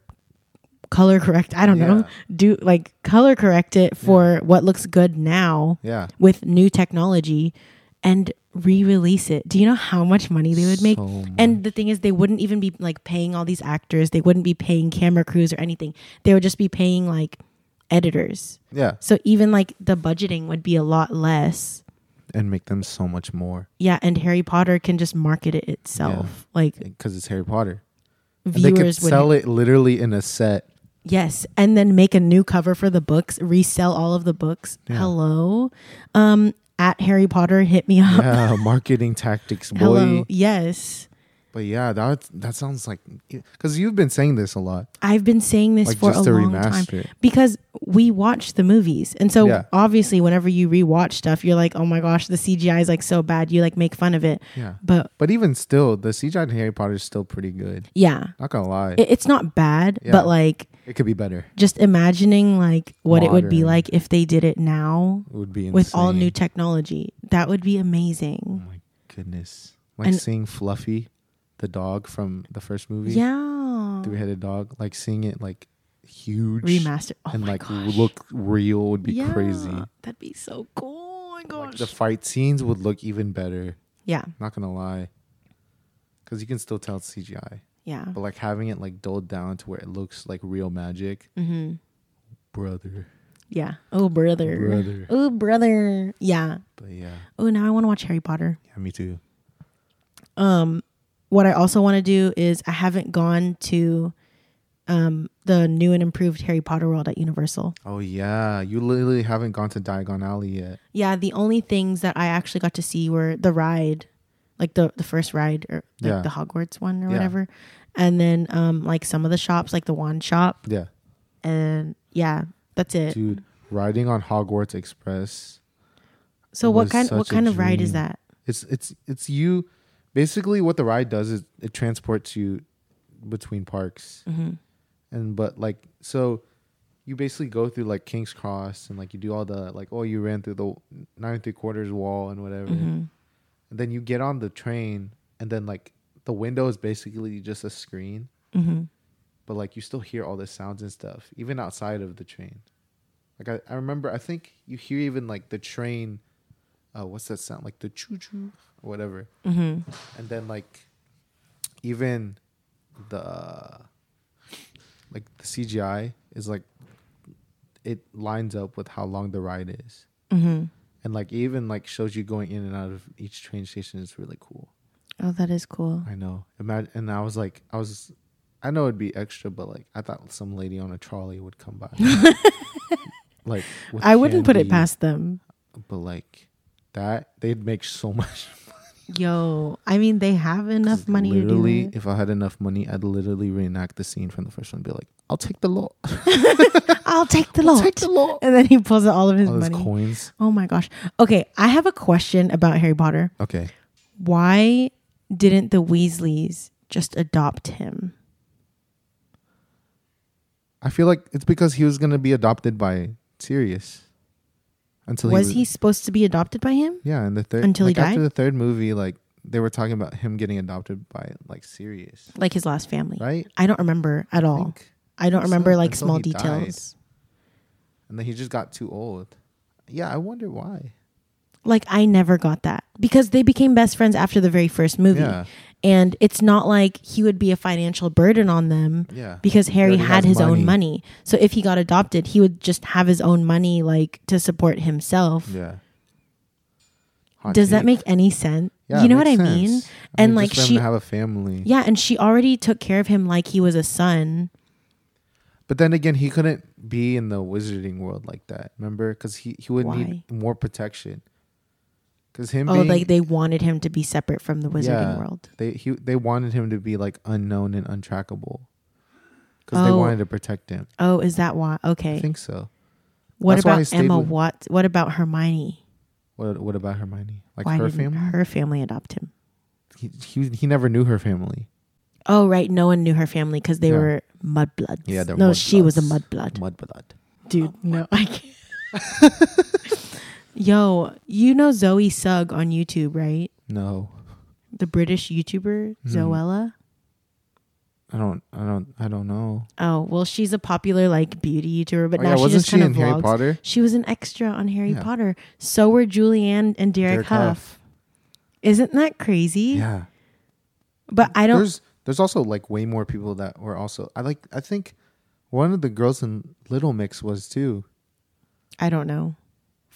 color correct, I don't know.
Yeah.
Do like color correct it for what looks good now
Yeah.
with new technology and re-release it. Do you know how much money they would make?
So much.
And the thing is they wouldn't even be like paying all these actors. They wouldn't be paying camera crews or anything. They would just be paying like editors.
Yeah.
So even like the budgeting would be a lot less.
And make them so much more
Yeah, and Harry Potter can just market it itself. Like
because it's Harry Potter. And they could
viewers would
sell it literally in a set.
Yes, and then make a new cover for the books, resell all of the books.
Yeah.
Hello. Um at Harry Potter hit me up.
Yeah, marketing tactics, boy.
Hello. Yes.
But yeah, that that sounds like because you've been saying this a lot.
I've been saying this
Like,
for a
just to
long time
remaster it.
because we watch the movies. And so
Yeah.
obviously whenever you rewatch stuff, you're like, "Oh my gosh, the CGI is like so bad." You like make fun of it.
Yeah,
But
but even still, the CGI in Harry Potter is still pretty good.
yeah,
Not gonna lie, it,
it, it's not bad,
Yeah.
but like
could be better.
just imagining like what it would be
Modern.
like if they did it now
It would be insane.
with all new technology. That would be amazing.
Oh my goodness! Like
And-
seeing Fluffy, the dog from the first movie,
Yeah.
three-headed dog. Like seeing it like huge
Remaster. Oh
and
my
like
gosh.
look real would be crazy.
That'd be so cool. Oh my
Like
gosh.
the fight scenes would look even better.
yeah.
Not gonna lie, because you can still tell it's CGI.
Yeah.
But like having it like dulled down to where it looks like real magic,
Mm-hmm.
brother,
Yeah. Oh brother.
brother.
Oh brother. Yeah.
But yeah,
Oh now I want to watch Harry Potter.
yeah, me too.
Um what I also want to do is I haven't gone to um the new and improved Harry Potter world at Universal.
Oh yeah, you literally haven't gone to Diagon Alley yet.
Yeah, the only things that I actually got to see were the ride, like the the first ride or like
Yeah.
the Hogwarts one or
Yeah.
whatever. And then um like some of the shops like the wand shop
Yeah,
and yeah, that's it.
dude, riding on Hogwarts Express.
so
it
what
was
kind what
such a
kind of ride is
dream.
that?
It's it's it's you. Basically, what the ride does is it transports you between parks, and but like so, you basically go through like King's Cross and like you do all the like oh you ran through the nine and three quarters wall and whatever, and then you get on the train and then like the window is basically just a screen,
Mhm.
but like you still hear all the sounds and stuff even outside of the train like i, I remember i think you hear even like the train uh, what's that sound like the choo choo or whatever
Mhm.
and then like even the like the cgi is like it lines up with how long the ride is
Mhm.
and like even like shows you going in and out of each train station is really cool
Oh, that is cool.
I know. Imagine, and I was like, I was, I know it'd be extra, but like, I thought some lady on a trolley would come by. like, with
I wouldn't put it
candy,
past them.
But like, that they'd make so much
Yo, I mean they have enough money to do
Literally,
it.
if I had enough money, I'd literally reenact the scene from the first one. and Be like, I'll take the lot.
I'll take the
I'll
lot.
take the lot.
and then he pulls out all of his
All those
money.
coins.
Oh my gosh. Okay, I have a question about Harry Potter.
Okay,
Why didn't the Weasleys just adopt him?
I feel like it's because he was gonna be adopted by Sirius. Until
was
he
he supposed to be adopted by him?
Yeah, and the third
Until he
like, after
died?
the third movie, like they were talking about him getting adopted by like Sirius,
Like his last family.
right?
I don't remember at
I
all.
think.
I don't
think so,
remember like
until
small
he died.
details.
And then he just got too old. Yeah, I wonder why.
Like I never got that because they became best friends after the very first movie.
Yeah,
And it's not like he would be a financial burden on them
yeah,
because Harry
already
had
has
his own money. So if he got adopted, he would just have his own money like to support himself.
yeah. Hot
Does that
take.
make any sense?
Yeah,
you
it
know what I
makes
mean?
sense. I
And
mean,
like
just for him
she
to have a family,
Yeah, and she already took care of him like he was a son.
but then again, he couldn't be in the wizarding world like that. Remember, because he he would need more protection. Because him,
Oh,
being,
like they wanted him to be separate from the wizarding
Yeah.
world.
they he they wanted him to be like unknown and untrackable because they
Oh.
wanted to protect him.
Oh, is that why?
I
Okay.
think so.
What
that's why I
about
stayed
Emma
with-
Watts? What about Hermione?
What what about Hermione? Like
why
her
didn't
family?
her family adopt him?
He, he he never knew her family.
Oh, right. No one knew her family because they
Yeah.
were mudbloods.
Yeah, they're
no, she was a
mudbloods.
mudblood,
Mudblood.
dude. No, I can't. Yo, you know Zoe Sugg on YouTube, right?
No,
The British YouTuber
Hmm.
Zoella.
I don't I don't I don't know.
Oh well, she's a popular like beauty YouTuber, but
Oh,
now
yeah,
she
wasn't
just
she
kind
in
of
Harry
vlogs.
Potter?
She was an extra on Harry
Yeah.
Potter. So were Julianne and Derek,
Derek
Huff.
Huff.
Isn't that crazy?
Yeah.
But I don't.
There's there's also like way more people that were also I like I think one of the girls in Little Mix was too.
I don't know.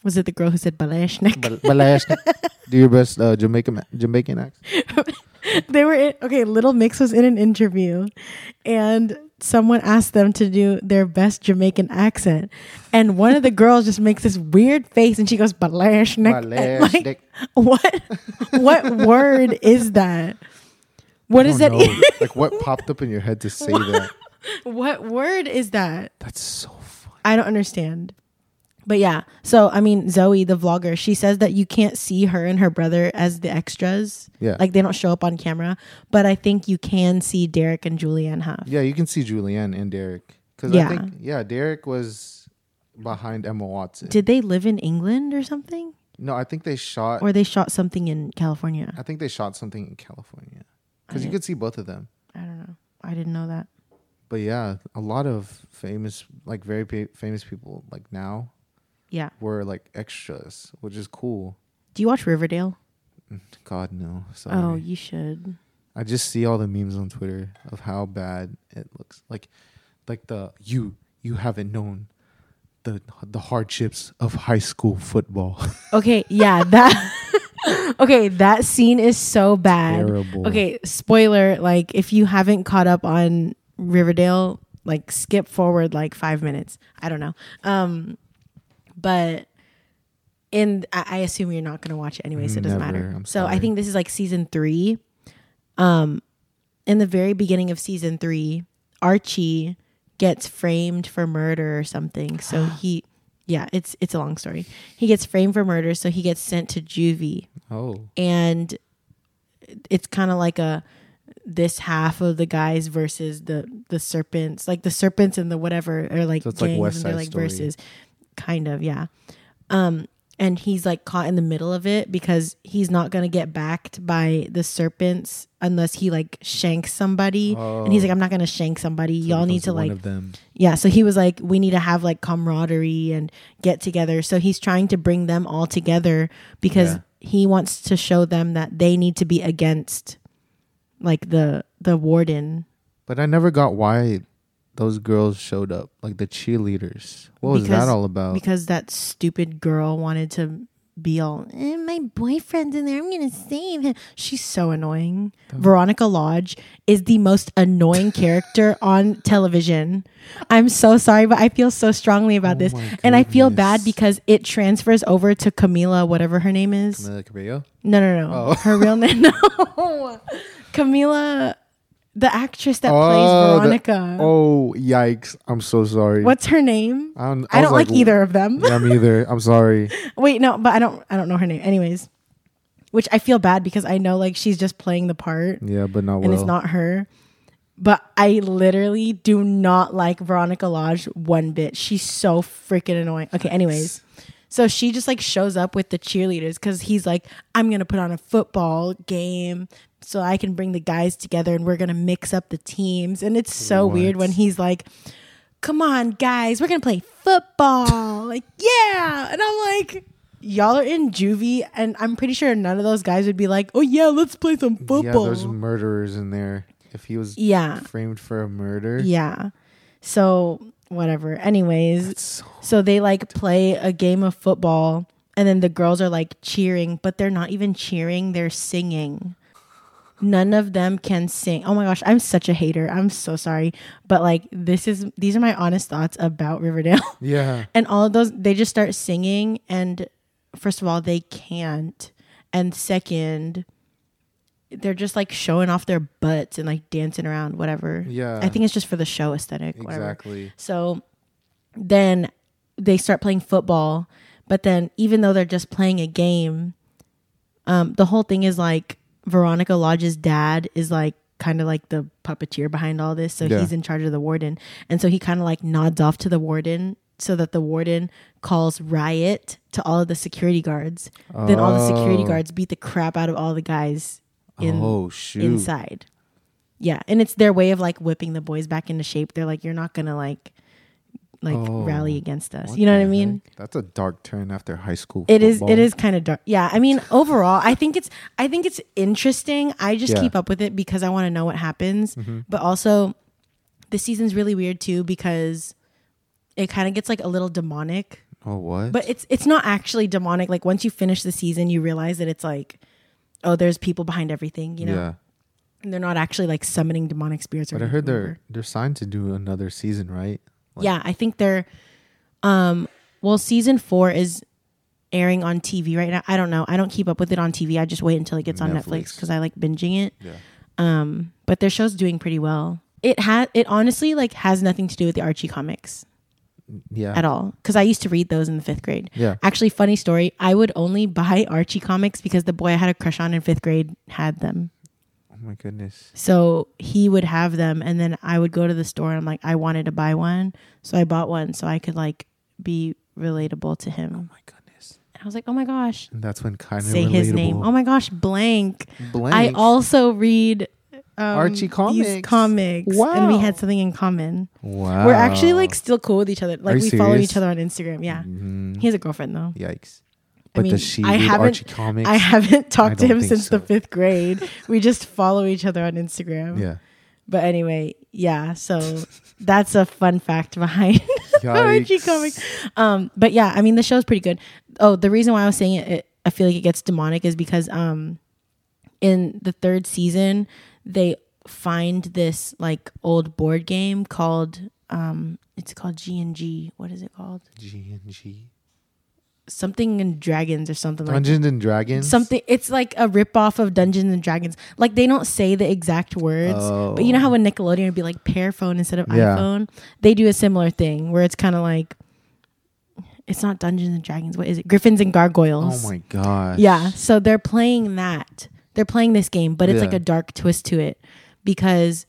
Was it the girl who said Balashnik?
But, but last do your best uh, Jamaican Jamaican accent.
they were in, okay. Little Mix was in an interview, and someone asked them to do their best Jamaican accent, and one of the girls just makes this weird face, and she goes "balashnik." and, like,
Balashnik.
What? What word is that? What is
I
that?
don't know. like what popped up in your head to say that?
what word is that?
That's so funny.
I don't understand. But yeah, so I mean, Zoe, the vlogger, she says that you can't see her and her brother as the extras.
Yeah.
Like they don't show up on camera, but I think you can see Derek and Julianne Huff.
Yeah, you can see Julianne and Derek because
Yeah.
I think yeah, Derek was behind Emma Watson.
Did they live in England or something?
no, I think they shot.
Or they shot something in California?
I think they shot something in California because you could see both of them.
I don't know. I didn't know that.
But yeah, a lot of famous, like very pa- famous people, like now
Yeah.
were like extras, which is cool.
Do you watch Riverdale?
God no, sorry.
Oh, you should.
I just see all the memes on Twitter of how bad it looks. Like, like the you you haven't known the the hardships of high school football.
Okay, yeah, that Okay, that scene is so bad.
Terrible.
Okay, spoiler, like if you haven't caught up on Riverdale, like skip forward like 5 minutes. I don't know. Um but in I, I assume you're not going to watch it anyway, so it doesn't
Never,
matter.
I'm
so I
sorry.
think this is like season 3. Um in the very beginning of season 3, Archie gets framed for murder or something. So he yeah, it's it's a long story. He gets framed for murder, so he gets sent to juvie
Oh,
and it's kind of like a this half of the guys versus the the serpents like the serpents and the whatever are like
So it's like
gangs
West
and they're
Side
like
Story.
versus kind of yeah um and he's like caught in the middle of it because he's not gonna get backed by the serpents unless he like shanks somebody and
Oh.
he's like i'm not gonna shank somebody y'all need to
one
like
of them.
yeah, so he was like, we need to have like camaraderie and get together. So he's trying to bring them all together because
Yeah.
he wants to show them that they need to be against like the the warden
But I never got why those girls showed up, like the cheerleaders. What was
Because-
that all about?
because that stupid girl wanted to be all eh, my boyfriend's in there. I'm gonna save him. She's so annoying. Veronica Lodge is the most annoying character on television. I'm so sorry, but I feel so strongly about
Oh
this,
my
and I feel
goodness.
bad because it transfers over to Camila, whatever her name is.
Camila Uh, Cabello?
No, no, no.
Oh.
Her real name. No, Camila, the actress that
Oh,
plays
the-
Veronica.
Oh, yikes! I'm so sorry.
What's her name?
I don't,
I,
was
don't like, either of them.
Yeah, me either. I'm sorry.
Wait, no, but I don't I don't know her name. Anyways. Which I feel bad because I know like she's just playing the part
Yeah, but not well.
and it's not her. But I literally do not like Veronica Lodge one bit. She's so freaking annoying. Okay, anyways. So she just like shows up with the cheerleaders because he's like, I'm gonna put on a football game so I can bring the guys together and we're gonna mix up the teams. And it's so weird when he's like, Come on, guys, we're gonna play football. like, yeah. And I'm like, Y'all are in juvie, and I'm pretty sure none of those guys would be like, Oh yeah, let's play some football.
Yeah, there's murderers in there. If he was
Yeah.
framed for a murder,
Yeah. So whatever. Anyways,
so
so they like play a game of football and then the girls are like cheering, but they're not even cheering, they're singing. None of them can sing. Oh my gosh, I'm such a hater. I'm so sorry. But like this is these are my honest thoughts about Riverdale.
yeah.
and all of those they just start singing and first of all they can't and second they're just like showing off their butts and like dancing around whatever
Yeah.
i think it's just for the show aesthetic whatever
Exactly.
so then they start playing football but then even though they're just playing a game um, the whole thing is like veronica lodge's dad is like kind of like the puppeteer behind all this so
Yeah.
he's in charge of the warden and so he kind of like nods off to the warden so that the warden calls riot to all of the security guards then all the security
Oh.
guards beat the crap out of all the guys in
oh shoot!
inside. Yeah, and it's their way of like whipping the boys back into shape. They're like, you're not gonna like, like
Oh,
rally against us.
What
you know what I
the
mean?
heck? That's a dark turn after high school.
It is.
football.
It is kind of dark. Yeah, I mean, overall, I think it's. I think it's interesting. I just
Yeah. Mm-hmm.
keep up with it because I want to know what happens. But also, the season's really weird too because it kind of gets like a little demonic.
Oh what?
But it's it's not actually demonic. Like once you finish the season, you realize that it's like, oh, there's people behind everything. You know
yeah.
And they're not actually like summoning demonic spirits. Or
But I heard
whatever.
they're they're signed to do another season, right? like-
yeah, I think they're. Um. Well, season four is airing on TV right now. I don't know. I don't keep up with it on TV. I just wait until it gets on Netflix
Netflix.
because I like binging it.
Yeah.
Um. But their show's doing pretty well. It had it honestly like has nothing to do with the Archie comics.
Yeah.
at all because I used to read those in the fifth grade.
Yeah.
Actually, funny story. I would only buy Archie comics because the boy I had a crush on in fifth grade had them.
Oh my goodness.
So he would have them, and then I would go to the store and I'm like, I wanted to buy one, so I bought one so I could like be relatable to him.
Oh my goodness.
And I was like, oh my gosh,
And that's when kind of
say his name. Oh my gosh, blank.
Blank.
I also read. Um,
Archie
These
comics.
comics. And we
Wow.
had something in common.
Wow.
We're actually like still cool with each other. Like
Are
we
you
follow
serious?
each other on Instagram. Yeah.
Mhm.
He has a girlfriend though.
Yikes.
I
But
mean,
does she
I
read
haven't-
Archie comics?
I haven't talked to
don't
him
think
since the
so.
fifth grade. we just follow each other on Instagram.
yeah.
But anyway, yeah. So that's a fun fact behind Archie
Yikes.
comics. Um, but yeah, I mean the show's pretty good. Oh, the reason why I was saying it, it I feel like it gets demonic is because um, in the third season they find this like old board game called um, it's called G and G. What is it called?
G and G.
Something in dragons or something like
Dungeons and Dragons.
Something it's like a ripoff of Dungeons and Dragons. Like they don't say the exact words, but you know
Oh.
how when Nickelodeon would be like pair phone instead of
Yeah.
iPhone, they do a similar thing where it's kind of like it's not Dungeons and Dragons. What is it? Griffins and
Oh
Gargoyles.
my gosh.
yeah, so they're playing that. They're playing this game, but it's
Yeah.
like a dark twist to it because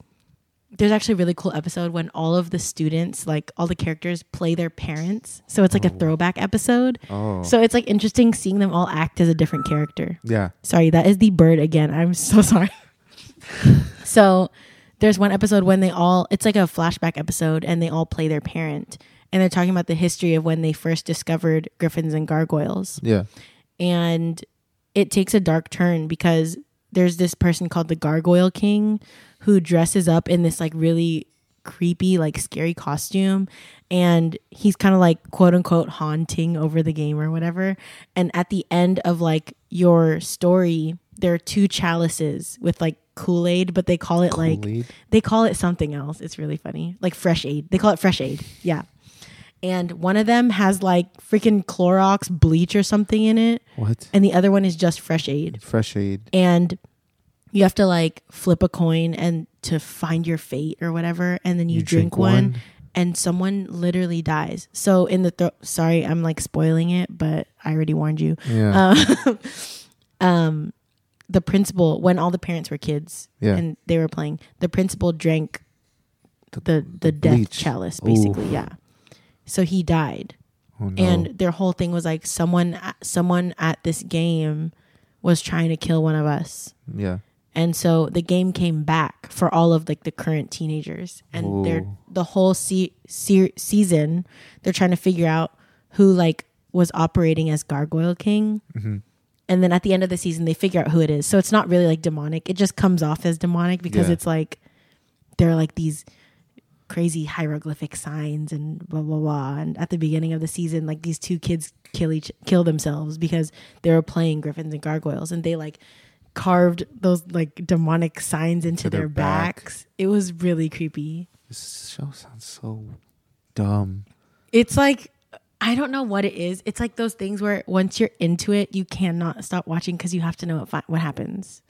there's actually a really cool episode when all of the students, like all the characters, play their parents. So it's like a throwback episode.
Oh.
So it's like interesting seeing them all act as a different character.
yeah.
Sorry, that is the bird again. I'm so sorry. so there's one episode when they all it's like a flashback episode and they all play their parent and they're talking about the history of when they first discovered griffins and gargoyles
Yeah.
and it takes a dark turn because there's this person called the gargoyle king who dresses up in this like really creepy like scary costume and he's kind of like quote unquote haunting over the game or whatever and at the end of like your story there are two chalices with like kool-aid but they call it like
Kool-Aid?
they call it something else it's really funny like fresh aid they call it fresh aid yeah and one of them has like freaking Clorox bleach or something in it,
What?
and the other one is just Fresh Aid.
Fresh Aid.
And you have to like flip a coin and to find your fate or whatever, and then you,
You
drink,
drink
one,
one?
and someone literally dies. So in the thro- sorry, I'm like spoiling it, but I already warned you. Uh,
Yeah.
Um, the principal when all the parents were kids
Yeah.
and they were playing, the principal drank the the, death
bleach.
chalice
Ooh.
basically, yeah. So he died
oh no.
and their whole thing was like someone uh, someone at this game was trying to kill one of us
yeah.
and so the game came back for all of like the current teenagers and they're
Ooh.
the whole se- se- season they're trying to figure out who like was operating as gargoyle king
Mm-hmm.
and then at the end of the season they figure out who it is so it's not really like demonic it just comes off as demonic because
Yeah.
it's like they're like these crazy hieroglyphic signs and blah blah blah and at the beginning of the season like these two kids kill each kill themselves because they were playing griffins and gargoyles and they like carved those like demonic signs into their,
their back.
backs it was really creepy
This show sounds so dumb.
it's like i don't know what it is it's like those things where once you're into it you cannot stop watching because you have to know what, fi- what happens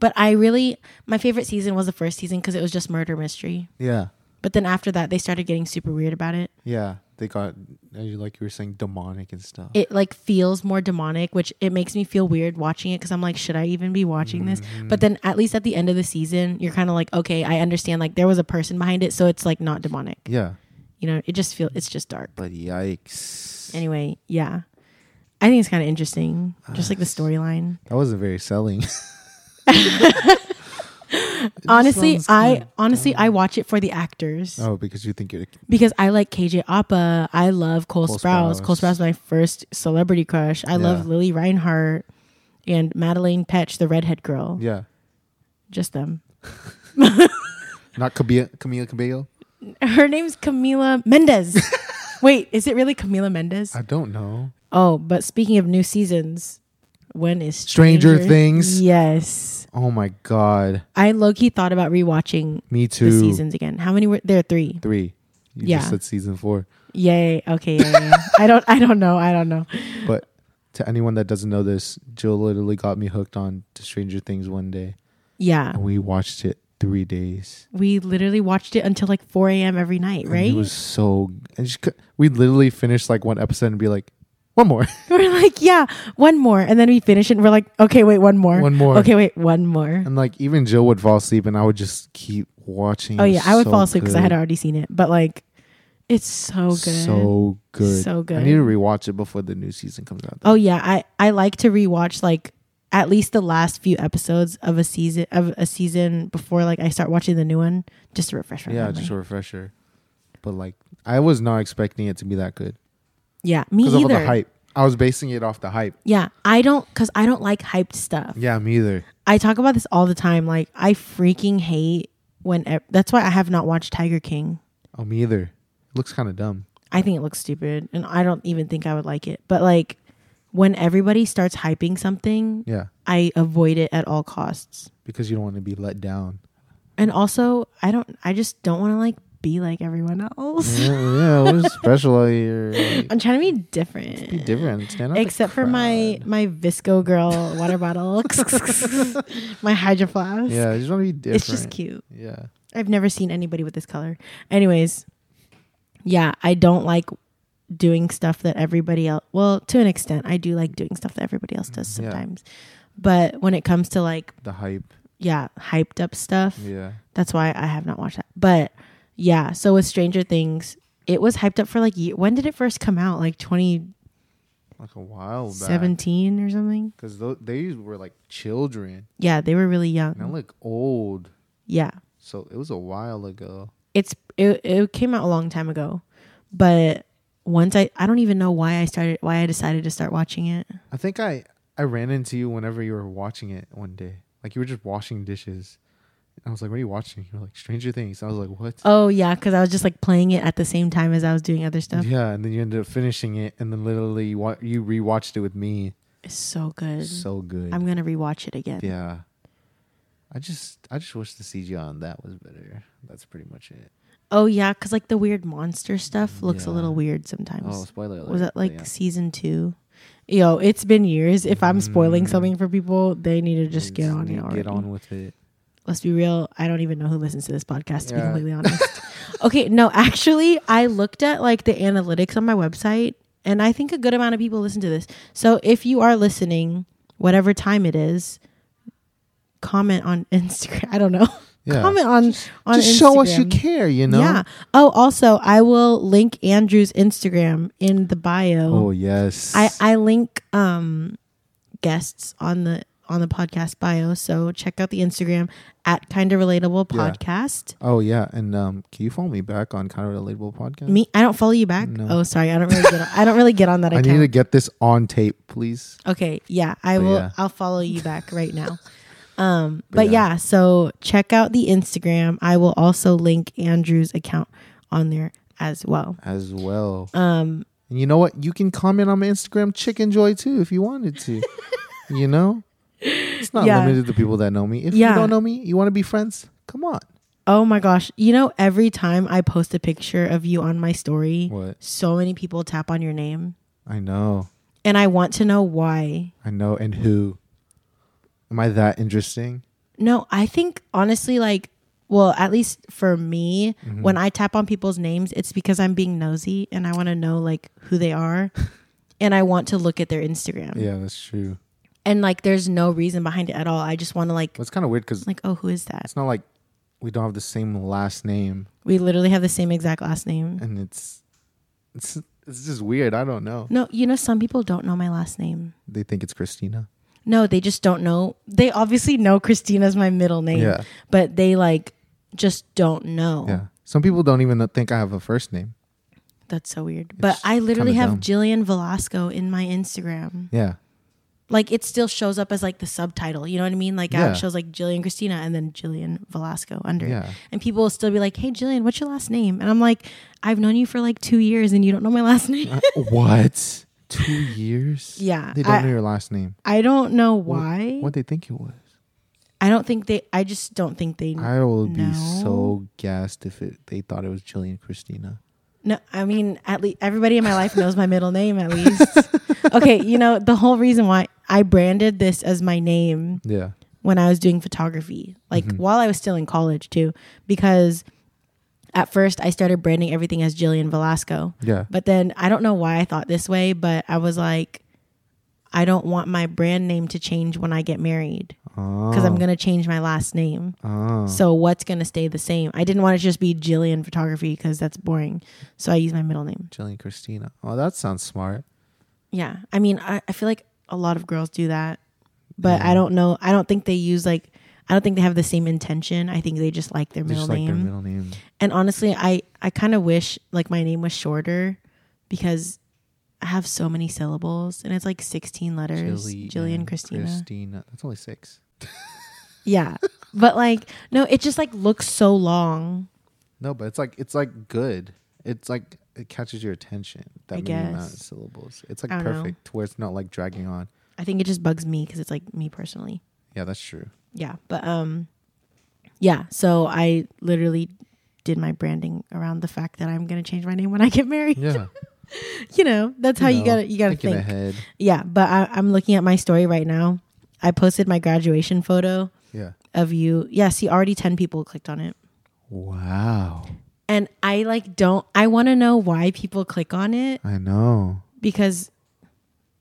but i really my favorite season was the first season because it was just murder mystery
Yeah.
but then after that they started getting super weird about it
Yeah. They got as you- like you were saying demonic and stuff.
it like feels more demonic, which it makes me feel weird watching it because I'm like, should I even be watching this?
Mm. Mm-hmm.
But then at least at the end of the season, you're kind of like, okay, I understand. Like there was a person behind it, so it's like not demonic.
yeah.
You know, it just feel it's just dark.
But yikes.
Anyway, yeah, I think it's kind of interesting, just like the storyline.
That wasn't very selling.
Honestly,
sounds
I
kinda
honestly I watch it for the actors.
oh, because you think you're
because I like KJ Appa. I love Cole,
Cole
Sprouse.
Sprouse.
Cole Sprouse is my first celebrity crush. I love
Yeah.
Lily Reinhart and Madeline Petch, the redhead girl.
yeah.
Just them.
Not Camila Camila Cabello.
Her name's Camila Mendez. Wait, is it really Camila Mendez?
I don't know.
Oh, but speaking of new seasons, One is
Stranger Things?
Yes,
Oh my god.
I low key thought about rewatching
Me too.
the seasons again. How many were there? Are three.
Three. You
Yeah.
just said season four.
Yay. Okay. yeah, yeah, yeah. I don't. I don't know. I don't know.
But to anyone that doesn't know this, Jill literally got me hooked on to Stranger Things one day,
Yeah,
and we watched it three days.
we literally watched it until like 4 a.m. every night,
And
right?
It was so. And she could, we literally finished like one episode and be like, one more,
we're like, yeah, one more, and then we finish it. and We're like, okay, wait, one more.
one more.
Okay, wait, one more.
And like even Jill would fall asleep, and I would just keep watching.
Oh
It
yeah,
was
I would
so
fall asleep because I had
good.
already seen it. But like, it's so good.
So good.
So
I need to
good.
rewatch it before the new season comes out.
oh yeah, I I like to rewatch like at least the last few episodes of a season of a season before like I start watching the new one just to refresh my
yeah,
memory.
just a refresher. But like, I was not expecting it to be that good
yeah, me
because of all the
either.
hype. I was basing it off the hype.
Yeah, I don't because I don't like hyped stuff.
Yeah, me either.
I talk about this all the time. Like I freaking hate when e- that's why I have not watched Tiger King.
Oh, me either. It looks kind of dumb.
I think it looks stupid, and I don't even think I would like it. But like when everybody starts hyping something,
Yeah,
I avoid it at all costs.
because you don't want to be let down.
And also, I don't. I just don't want to like be like everyone else.
yeah, yeah, what is special out here? Like,
I'm trying to be different.
Mm. be different. Stand out the
Except for my
crowd.
my Visco girl water bottle, my hydro flask.
Yeah, I just want to be different.
it's just cute.
Yeah.
I've never seen anybody with this color. Anyways, yeah, I don't like doing stuff that everybody else. Well, to an extent, I do like doing stuff that everybody else does
Mm, Yeah.
sometimes. But when it comes to like,
The hype.
yeah, hyped up stuff,
Yeah.
that's why I have not watched that. But yeah, so with Stranger Things, it was hyped up for like ye- when did it first come out? Like
Like a while back.
2017 or something.
Because they were like children.
Yeah, they were really
And I
young.
look old.
Yeah.
So it was a while ago.
it's it, it came out a long time ago but once i i don't even know why i started why i decided to start watching it
I think I I ran into you whenever you were watching it one day. Like you were just washing dishes. And I was like, "What are you watching?" You were like, "Stranger Things." I was like, "What?"
oh yeah because i was just like playing it at the same time as i was doing other stuff
Yeah, and then you ended up finishing it, and then literally you, wa- you rewatched it with me.
it's so good
So good.
i'm gonna rewatch it again
yeah. I just I just wish the CGI on that was better. That's pretty much it.
oh yeah because like the weird monster stuff looks a
Yeah.
little weird
Oh,
sometimes
spoiler alert!
was that
but
like
yeah.
season two yo it's been years if i'm spoiling something for people they need to just get on
Mm. need
it
to
already.
Get on with it.
let's be real i don't even know who listens to this podcast to be
Yeah.
completely honest okay no actually i looked at like the analytics on my website and i think a good amount of people listen to this so if you are listening whatever time it is comment on instagram i don't know
Yeah.
comment on on
just show us you
Instagram.
care. You know.
yeah oh also i will link andrew's instagram in the bio
Oh yes.
I I link um guests on the on the podcast bio, so check out the Instagram at kind of relatable
Yeah.
podcast.
Oh yeah, and um, can you follow me back on kind of relatable podcast?
Me, I don't follow you back.
No.
Oh, sorry, I don't really get on, I don't really get on that
I
account.
need to get this on tape, please.
okay, yeah, I
But
will.
yeah.
I'll follow you back right now. Um, but,
But
yeah.
yeah.
so check out the Instagram. I will also link Andrew's account on there as well.
as well.
Um,
And you know what? You can comment on my Instagram, Chicken Joy, too, if you wanted to. you know, it's not
Yeah.
limited to people that know me. If
Yeah.
you don't know me, you want to be friends. Come on.
oh my gosh, you know, every time I post a picture of you on my story,
What?
so many people tap on your name.
I know,
and I want to know why.
I know, and who? Am I that interesting?
No, I think honestly, like, well, at least for me,
Mm-hmm.
when I tap on people's names, it's because I'm being nosy and I want to know like who they are, and I want to look at their Instagram.
Yeah, that's true.
And like, there's no reason behind it at all. I just want to like,
But it's kind of weird because
like, oh, who is that?
it's not like we don't have the same last name,
We literally have the same exact last name.
and it's it's it's just weird. I don't know.
No, you know, some people don't know my last name.
They think it's Christina.
No, they just don't know. They obviously know Christina's my middle name,
Yeah.
but they like just don't know.
Yeah. Some people don't even think I have a first name.
That's so weird. But
It's
I literally
kinda
have
dumb.
Jillian Velasco in my Instagram.
Yeah.
Like it still shows up as like the subtitle. You know what I mean? Like uh,
Yeah.
it shows like Jillian Christina and then Jillian Velasco under. it.
Yeah.
And people will still be like, "Hey Jillian, what's your last name?" And I'm like, "I've known you for like 2 years and you don't know my last name."
what? Two years.
Yeah,
They don't
I-
know your last name.
I don't know
What-
why.
What, they think it was.
I don't think they. I just don't think they.
I would be
Mm, No.
so gassed if it, they thought it was Jillian Christina.
No, I mean, at least everybody in my life knows my middle name at least. okay, you know, the whole reason why I branded this as my name
Yeah.
when I was doing photography, like while I was still in college too, because at first I started branding everything as Jillian Velasco.
Yeah.
But then I don't know why I thought this way, but I was like, I don't want my brand name to change when I get married because I'm going to change my last name.
Oh.
So what's going to stay the same? I didn't want it to just be Jillian Photography because that's boring. So I use my middle name.
Jillian Christina. Oh, that sounds smart.
Yeah. I mean, I, I feel like a lot of girls do that, but I don't know. I don't think they use like, I don't think they have the same intention. I think they just like their
They
middle
just like
name.
their middle name.
And honestly, I, I kind of wish like my name was shorter because I have so many syllables and it's like 16 letters.
Jillian,
Jillian Christina.
Christina. That's only six.
Yeah. But like, no, it just like looks so long.
No, but it's like it's like good. It's like it catches your attention. That
I
many amount of
guess.
syllables. It's like
I don't know.
perfect to where it's not like dragging on.
I think it just bugs me because it's like me personally.
Yeah, that's true.
Yeah, but um, yeah. So I literally did my branding around the fact that I'm gonna change my name when I get married.
Yeah.
You know, that's how you
know,
gotta you gotta
thinking
think.
ahead.
Yeah, but I, I'm looking at my story right now. I posted my graduation photo
Yeah.
of you. Yeah, see, already ten people clicked on it,
Wow.
and I like don't. I want to know why people click on it
I know.
because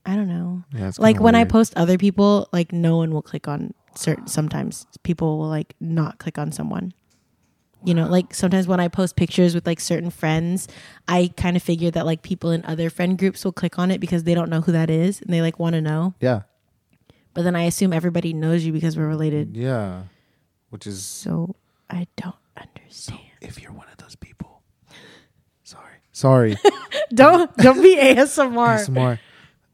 I don't know.
Yeah, it's
like
kinda
when I
weird.
post other people, like no one will click on certain. Sometimes people will like not click on someone. You know, like sometimes when I post pictures with like certain friends, I kind of figure that like people in other friend groups will click on it because they don't know who that is and they like want to know.
Yeah.
But then I assume everybody knows you because we're related.
Yeah. Which is
So I don't understand.
if you're one of those people. Sorry. Sorry.
Don't don't be ASMR.
ASMR.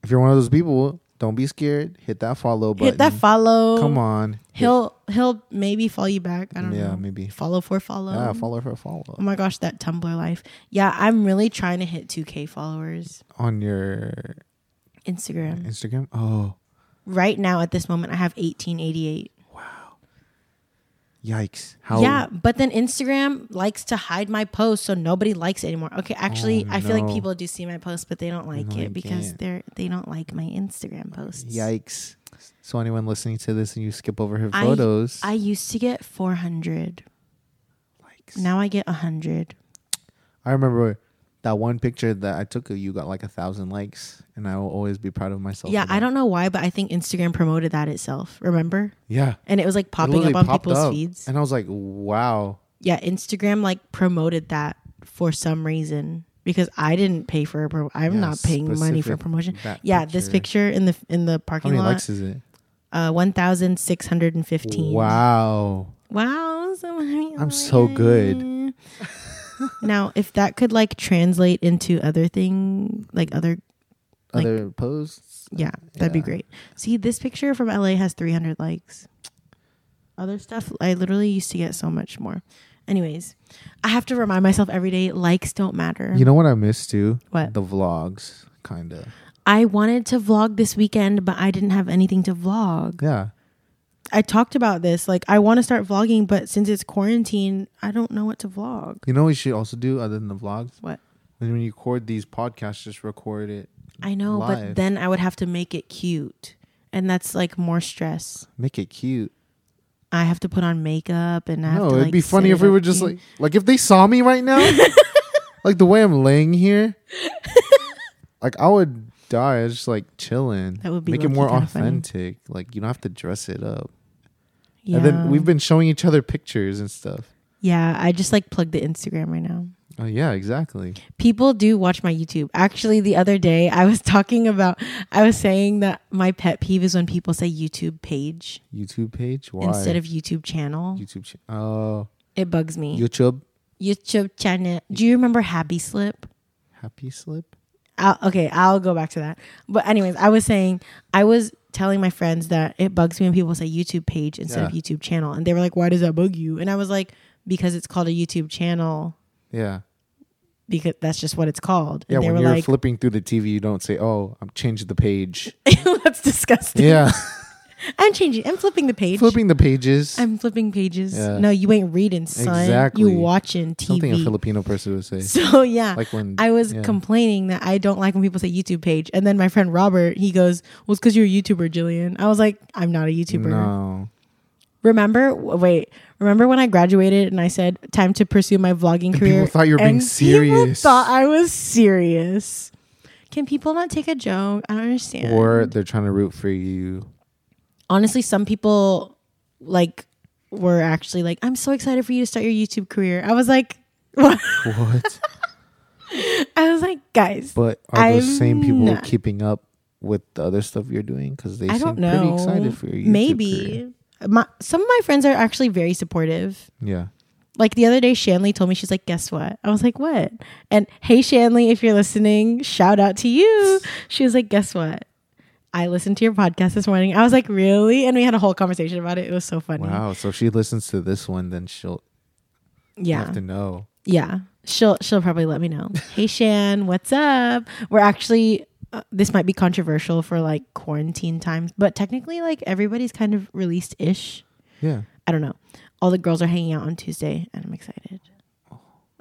If you're one of those people, don't be scared. Hit that follow button.
Hit that follow.
Come on.
He'll he'll maybe follow you back. I don't know.
Yeah, maybe.
Follow for follow.
Yeah, follow for follow
Oh my gosh, that Tumblr life. Yeah, I'm really trying to hit 2K followers.
on your
Instagram.
Instagram. Oh,
Right now, at this moment, I have 1888.
yikes! How?
Yeah, but then Instagram likes to hide my posts, so nobody likes it anymore. Okay, actually,
Oh,
I feel like
no.
people do see my posts, but they don't like
don't
it
like
because
it.
they're they don't like my Instagram posts.
Yikes! So anyone listening to this and you skip over her
I-
photos,
I used to get 400.
yikes.
Now I get 100.
I remember that one picture that I took of you got like a thousand likes, and I will always be proud of myself.
Yeah,
for that.
I don't know why, but I think Instagram promoted that itself. Remember?
Yeah,
And it was like
It
popping
literally
up on
popped
people's
up,
feeds.
and I was like, wow.
yeah, Instagram like promoted that for some reason because I didn't pay for a pro- I'm
Yeah,
not paying money for
specific-
promotion.
that
Yeah, this picture in the in the
How
parking
many
lot,
likes is it?
uh, one thousand six hundred and fifteen.
Wow.
wow, so many-
I'm
oh my
so good.
now, if that could like translate into other thing, like other, Like-
Other posts.
yeah, that'd be
Yeah.
great. See, this picture from LA has three hundred likes. Other stuff, I literally used to get so much more. Anyways, I have to remind myself every day: likes don't matter.
You know what I miss too?
er. What?
the vlogs, kind of.
I wanted to vlog this weekend, but I didn't have anything to vlog.
Yeah.
I talked about this. Like, I want to start vlogging, but since it's quarantine, I don't know what to vlog.
You know what you should also do other than the vlogs?
What?
When you record these podcasts, just record it.
I know,
Live.
but then I would have to make it cute. And that's like more stress.
Make it cute.
I have to put on makeup and I have
no,
to.
it'd
like,
be
set
funny
it
if we
up
were just
cute.
like like if they saw me right now. like the way I'm laying here. like I would die. It's just like chilling.
That would be
make it
low-key
more
kinda funny.
authentic. Like you don't have to dress it up.
Yeah.
And then we've been showing each other pictures and stuff.
yeah, I just like plug the Instagram right now.
Oh yeah, exactly.
people do watch my YouTube. Actually, the other day I was talking about, I was saying that my pet peeve is when people say YouTube page
YouTube page. Why?
instead of YouTube channel.
YouTube. Ch- oh,
It bugs me.
YouTube.
YouTube channel. Do you remember Happy Slip?
Happy slip.
I'll, okay, I'll go back to that. But anyways, I was saying I was telling my friends that it bugs me when people say YouTube page instead of
Yeah.
YouTube channel, and they were like, "Why does that bug you?" And I was like, "Because it's called a YouTube channel."
Yeah.
because that's just what it's called.
Yeah,
And they
when
were
you're
like,
flipping through the TV, you don't say, "Oh, I'm changing the page."
that's disgusting.
yeah,
I'm changing. I'm flipping the page.
flipping the pages.
I'm flipping pages.
Yeah.
No, you ain't reading, son.
Exactly.
You watching
Something a
TV.
Filipino person would say.
So yeah,
Like when-
I was
yeah.
complaining that I don't like when people say YouTube page, and then my friend Robert he goes, "Well, it's because you're a YouTuber, Jillian." I was like, "I'm not a YouTuber."
No,
Remember? w- Wait. Remember when I graduated and I said, "Time to pursue my vlogging career."
thought you were being
and People
serious.
thought I was serious. Can people not take a joke? I don't understand.
or they're trying to root for you.
honestly, some people like were actually like, "I'm so excited for you to start your YouTube career." I was like, "What?"
What?
I was like, "Guys,
but are those same
I'm
people
not-
keeping up with the other stuff you're doing? Because they
I
seem
don't know.
pretty excited for you.
Maybe my, some of my friends are actually very supportive.
Yeah.
Like the other day, Shanley told me she's like, "Guess what?" I was like, "What?" And hey, Shanley, if you're listening, shout out to you. She was like, "Guess what?" I listened to your podcast this morning. I was like, "Really?" And we had a whole conversation about it. It was so funny.
Wow. So if she listens to this one, then she'll
Yeah.
have to know.
Yeah, she'll she'll probably let me know. hey Shan, what's up? We're actually uh, this might be controversial for like quarantine times, but technically like everybody's kind of released ish.
Yeah.
I don't know. All the girls are hanging out on Tuesday, and I'm excited.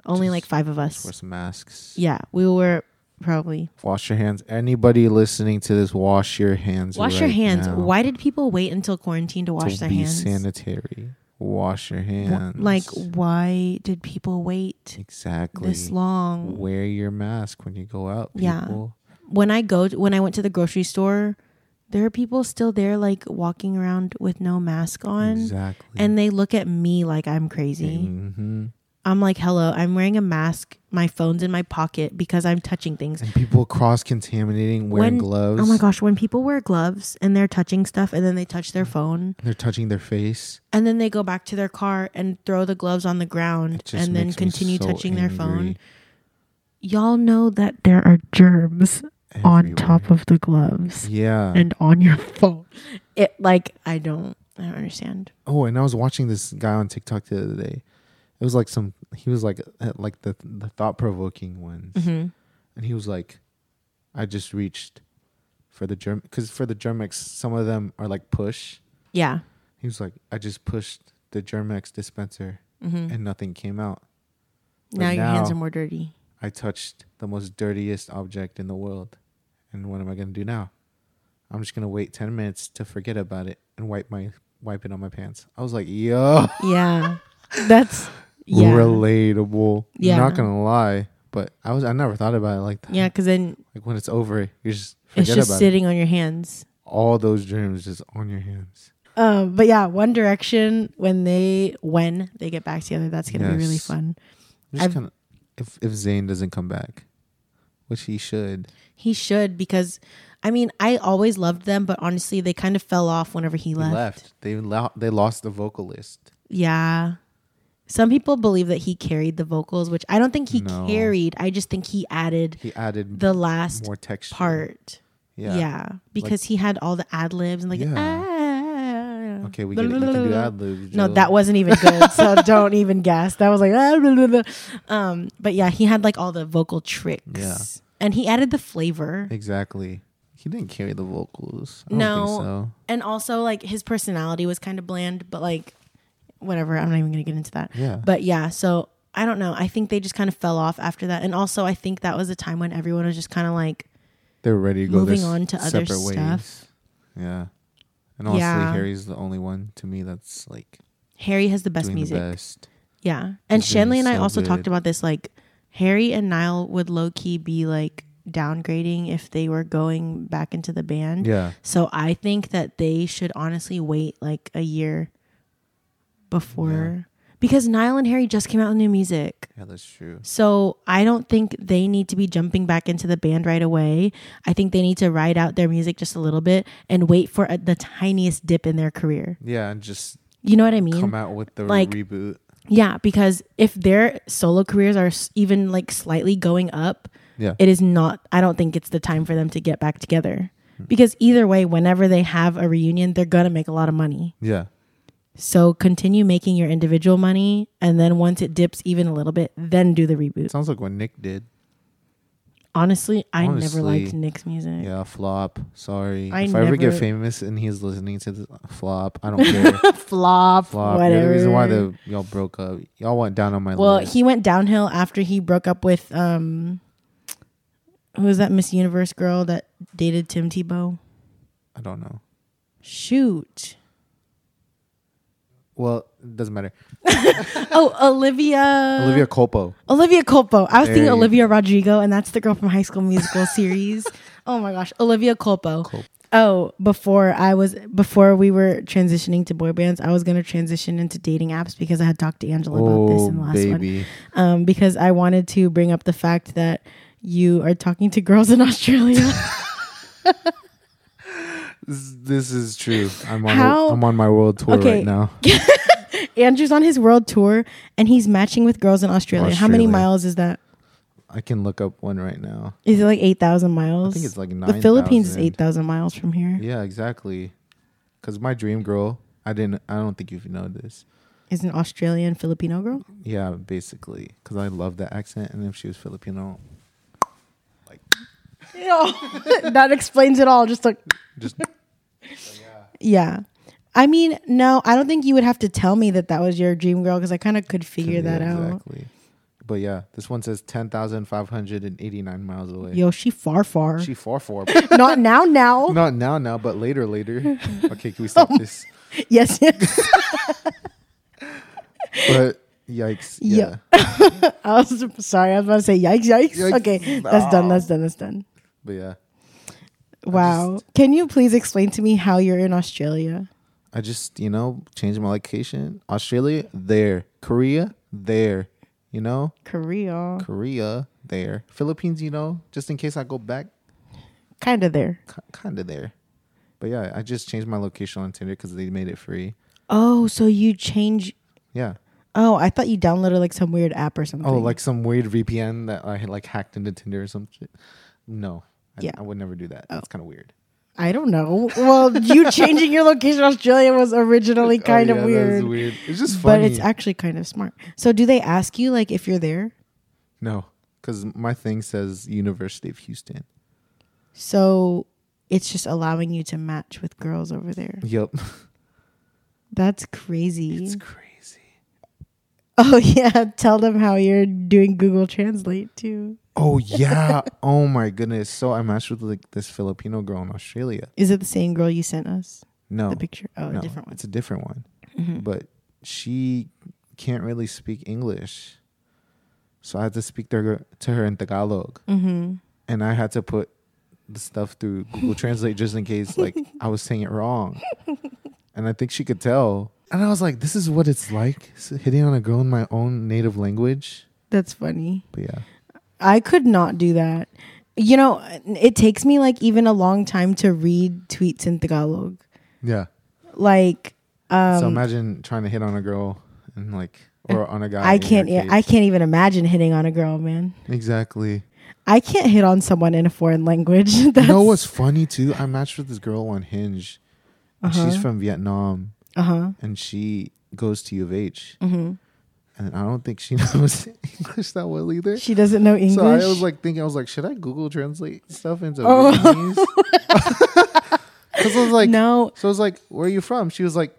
Only like five of us.
Wear some masks.
Yeah, we were probably
Wash your hands. Anybody listening to this, wash your hands.
wash your
right
hands.
now
Why did people wait until quarantine to
to
wash their
be
hands?
sanitary. Wash your hands.
Like, why did people wait
exactly.
this long?
Wear your mask when you go out.
Yeah.
People.
when I go when I went to the grocery store, there are people still there like walking around with no mask on
Exactly.
and they look at me like I'm crazy.
hmm
I'm like, "Hello, I'm wearing a mask. My phone's in my pocket because I'm touching things."
And people cross contaminating, wearing
When-
gloves.
Oh my gosh, when people wear gloves and they're touching stuff and then they touch
Mm.
their phone
They're touching their face.
and then they go back to their car and throw the gloves on the ground
It just
and then
makes me
continue
so
touching their phone.
angry.
Y'all know that there are germs on
Everywhere.
top of the gloves.
Yeah.
and on your phone. Uh-huh. It like I don't I don't understand.
Oh, and I was watching this guy on TikTok the other day. It was like some. He was like uh, like the the thought provoking ones,
Mm-hmm.
and he was like, "I just reached for the germ because for the Germex, some of them are like push."
Yeah.
He was like, "I just pushed the Germex dispenser,
Mm-hmm.
and nothing came out. But
Now, your hands
now-
are more dirty.
I touched the most dirtiest object in the world, and what am I gonna do now? I'm just gonna wait ten minutes to forget about it and wipe my wipe it on my pants." I was like, "Yo."
Yeah. That's yeah.
relatable.
Yeah.
Not gonna lie, but I was I never thought about it like that.
Yeah, because then
Like when it's over, you just
it's
forget
just
about it.
sitting on your hands.
All those germs just on your hands.
Um, but yeah, One Direction when they when they get back together, that's gonna be really
Yes.
fun.
I'm just
I've-
kinda, if if Zayn doesn't come back, which he should.
He should because I mean I always loved them, but honestly they kind of fell off whenever he
He
left.
left. They lo- they lost the vocalist.
Yeah. Some people believe that he carried the vocals, which I don't think he
No.
carried. I just think he added
He added
the last
more texture.
part. Yeah.
Yeah.
because he had all the ad libs and like
Yeah.
ah.
Okay, we get it. You can do ad libs.
No,
Jill.
that wasn't even good. so don't even guess. That was like ah, blah, blah, blah. um but yeah, he had like all the vocal tricks.
Yeah.
And he added the flavor.
exactly. He didn't carry the vocals. I don't
No.
think so.
And also like his personality was kind of bland, but like whatever, I'm not even going to get into that.
Yeah.
But yeah, so I don't know. I think they just kind of fell off after that. And also I think that was a time when everyone was just kind of like
they're ready to go
moving
their
on to other
separate
stuff.
Ways. Yeah, and honestly,
Yeah.
Harry's the only one to me that's like
Harry has the best
doing
music.
the best.
Yeah. And
He's been
Shanley and I
so
also talked
good.
about this. Like, Harry and Niall would low key be like downgrading if they were going back into the band.
Yeah,
So I think that they should honestly wait like a year before. Because Niall and Harry just came out with new music.
yeah, that's true.
So I don't think they need to be jumping back into the band right away. I think they need to ride out their music just a little bit and wait for a, the tiniest dip in their career.
Yeah, and just
You know what I mean?
come out with the
like-
reboot.
Yeah, because if their solo careers are s- even like slightly going up,
Yeah,
it is not, I don't think it's the time for them to get back
Hmm.
together. Because either way, whenever they have a reunion, they're going to make a lot of money.
yeah,
So continue making your individual money, and then once it dips even a little bit, then do the reboot.
Sounds like what Nick did.
Honestly, I
Honestly,
never liked Nick's music.
Yeah, flop. Sorry.
I
if I ever get
never-
famous and he's listening to this, flop. I don't care.
Flop,
flop. You're
whatever.
The reason why the y'all broke up. Y'all went down on my
well,
list.
he went downhill after he broke up with um, who was that Miss Universe girl that dated Tim Tebow?
I don't know.
Shoot.
Well, it doesn't matter.
Oh, Olivia.
Olivia Copo.
Olivia Colpo. I was
There
thinking
you
Olivia Rodrigo, and that's the girl from High School Musical series. Oh my gosh, Olivia Colpo.
Culp.
Oh, before I was before we were transitioning to boy bands, I was gonna transition into dating apps because I had talked to Angela about this
Oh,
in the last one.
baby.
Um, because I wanted to bring up the fact that you are talking to girls in Australia.
This, this is true. I'm on.
How-
I'm on my world tour
Okay.
right now.
Andrew's on his world tour and he's matching with girls in Australia. How many
Australia.
miles is that?
I can look up one right now.
Is it like eight thousand miles?
I think it's like nine.
the Philippines is eight thousand miles from here.
Yeah, exactly. Because my dream girl, I didn't. I don't think you've known this.
Is an Australian Filipino girl?
Yeah, basically, because I love that accent, and if she was Filipino, like
that explains it all. Just like,
just
yeah. I mean, no, I don't think you would have to tell me that that was your dream girl because I kind of could figure that
Yeah,
out.
Exactly. But yeah, this one says ten thousand five hundred and eighty nine miles away.
Yo, she far, far.
She far far.
Not now, now.
Not now, now, but later, later. Okay, can we stop
Um,
this?
Yes, yes.
But yikes!
Yeah.
Yeah.
I was sorry. I was about to say yikes, yikes.
Yikes.
Okay, that's done. That's done. That's done.
But yeah,
Wow. Can you please explain to me how you're in Australia?
I just you know changed my location. Australia there, Korea there, you know
Korea.
Korea there, Philippines. You know just in case I go back,
Kind of there.
kind of there. But yeah, I just changed my location on Tinder because they made it free.
Oh, so you change.
Yeah.
Oh, I thought you downloaded like some weird app or something.
Oh, like some weird VPN that I had like hacked into Tinder or some shit. No, I,
Yeah. Oh.
I would never do that. That's kind of weird.
I don't know. Well, you changing your location in Australia was originally
Oh,
kind
yeah,
of
that is
weird,
weird. It's just
but
funny.
it's actually kind of smart. So, do they ask you like if you're there?
no, because my thing says University of Houston.
So, it's just allowing you to match with girls over there.
Yep,
That's crazy.
it's crazy.
oh yeah, tell them how you're doing Google Translate too.
Oh yeah. oh my goodness. So I matched with like this Filipino girl in Australia.
Is it the same girl you sent us
No,
the picture? Oh,
no,
a different one. Mm-hmm.
It's a different one. But she can't really speak English, so I had to speak to her, to her in Tagalog,
Mm-hmm.
and I had to put the stuff through Google Translate just in case like I was saying it wrong. And I think she could tell. And I was like, "This is what it's like s- hitting on a girl in my own native language."
That's funny.
But yeah,
I could not do that. You know, it takes me like even a long time to read tweets in Tagalog.
yeah.
Like um
so imagine trying to hit on a girl and like, or on a guy.
I
in your
can't. e- I
case.
can't even imagine hitting on a girl, man.
exactly.
I can't hit on someone in a foreign language. That's,
You know what's funny too? I matched with this girl on Hinge. And
Uh-huh.
She's from Vietnam
Uh huh.
and she goes to U of H.
Mhm.
And I don't think she knows English that well either.
She doesn't know English.
So I was like thinking, I was like, should I Google translate stuff into
Oh.
Vietnamese? Because I was like,
no.
so I was like, where are you from? She was like,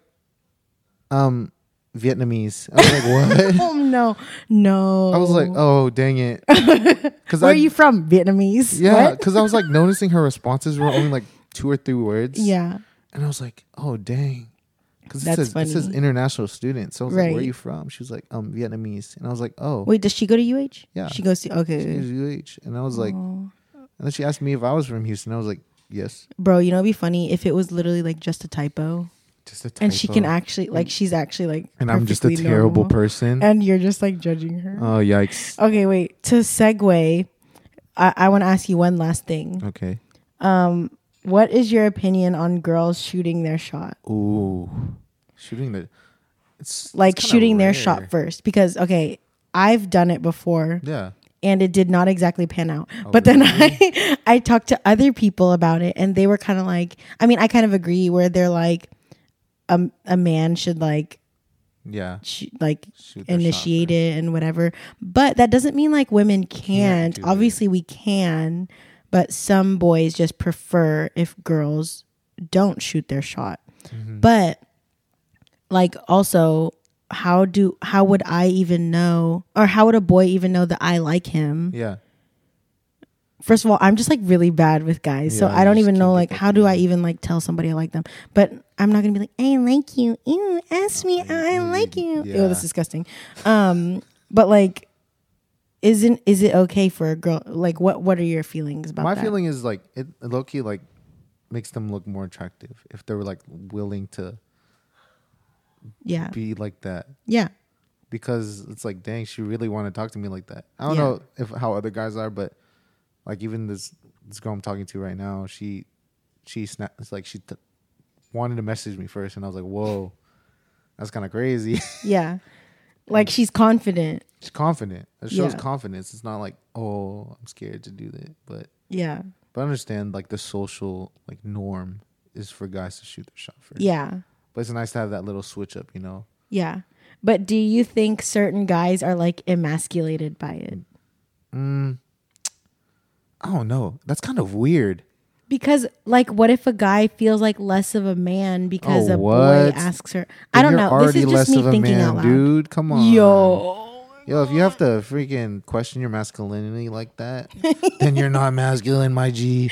um, Vietnamese. I was like, what?
Oh no, no.
I was like, oh, dang it. Because
Where are you from? Vietnamese.
Yeah,
What?
because I was like noticing her responses were only like two or three words.
Yeah.
And I was like, oh, dang. Because it
That's
says, it says
funny.
international student. So I was like, where
Right.
are you from? She was like, um, Vietnamese. And I was like, oh,
Wait, does she go to UH?
Yeah.
She goes to
she
okay.
is UH. And I was like,
Oh.
and then she asked me if I was from Houston. I was like, yes.
Bro, you know it'd be funny if it was literally like just a typo,
Just a typo.
and she can actually like she's actually like.
And I'm just a
perfectly
terrible
normal.
person.
And you're just like judging her.
oh, yikes.
Okay, wait. To segue, I, I want to ask you one last thing.
Okay.
Um, what is your opinion on girls shooting their shot?
Ooh. Shooting the. It's it's
Like
kinda
shooting their
rare.
shot first because okay, I've done it before
Yeah.
and it did not exactly pan out.
Oh,
but then I I talked to other people about it and they were kind of like, I mean, I kind of agree where they're like a a man should like
Yeah.
sh- like
Shoot their shot
initiate
first.
it and whatever. But that doesn't mean like women can't.
do it.
Obviously, we can, but some boys just prefer if girls don't shoot their shot. But like also, how do how would I even know, or how would a boy even know that I like him?
Yeah.
First of all, I'm just like really bad with guys, so
Yeah,
I
you
don't
just
even
can't
know
get
like
that
how do I even like tell somebody I like them. But I'm not gonna be like I like you. Ew, ask me. I like you. Ew,
Yeah.
that's disgusting. Um, but like, isn't is it okay for a girl? Like, what what are your feelings about
My
that?
feeling is like it low key like makes them look more attractive if they were like willing to
yeah,
be like that.
yeah,
because it's like, dang, she really want to talk to me like that. I don't
Yeah.
know if how other guys are, but like even this this girl I'm talking to right now, she she snap it's like she t- wanted to message me first, and I was like, whoa, that's kind of crazy.
yeah. Like she's confident.
She's confident. It shows
Yeah.
confidence. It's not like, oh, I'm scared to do that, but
Yeah,
but I understand like the social like norm is for guys to shoot their shot first.
yeah,
but it's nice to have that little switch up, you know.
yeah. But do you think certain guys are like emasculated by it?
I don't know. That's kind of weird.
Because like what if a guy feels like less of a man because
Oh,
a boy
what?
asks her I don't
You're
know. This is just
already less
me
of a
thinking
man,
out loud.
Dude, come on.
Yo.
Yo, if you have to freaking question your masculinity like that, then you're not masculine, my G.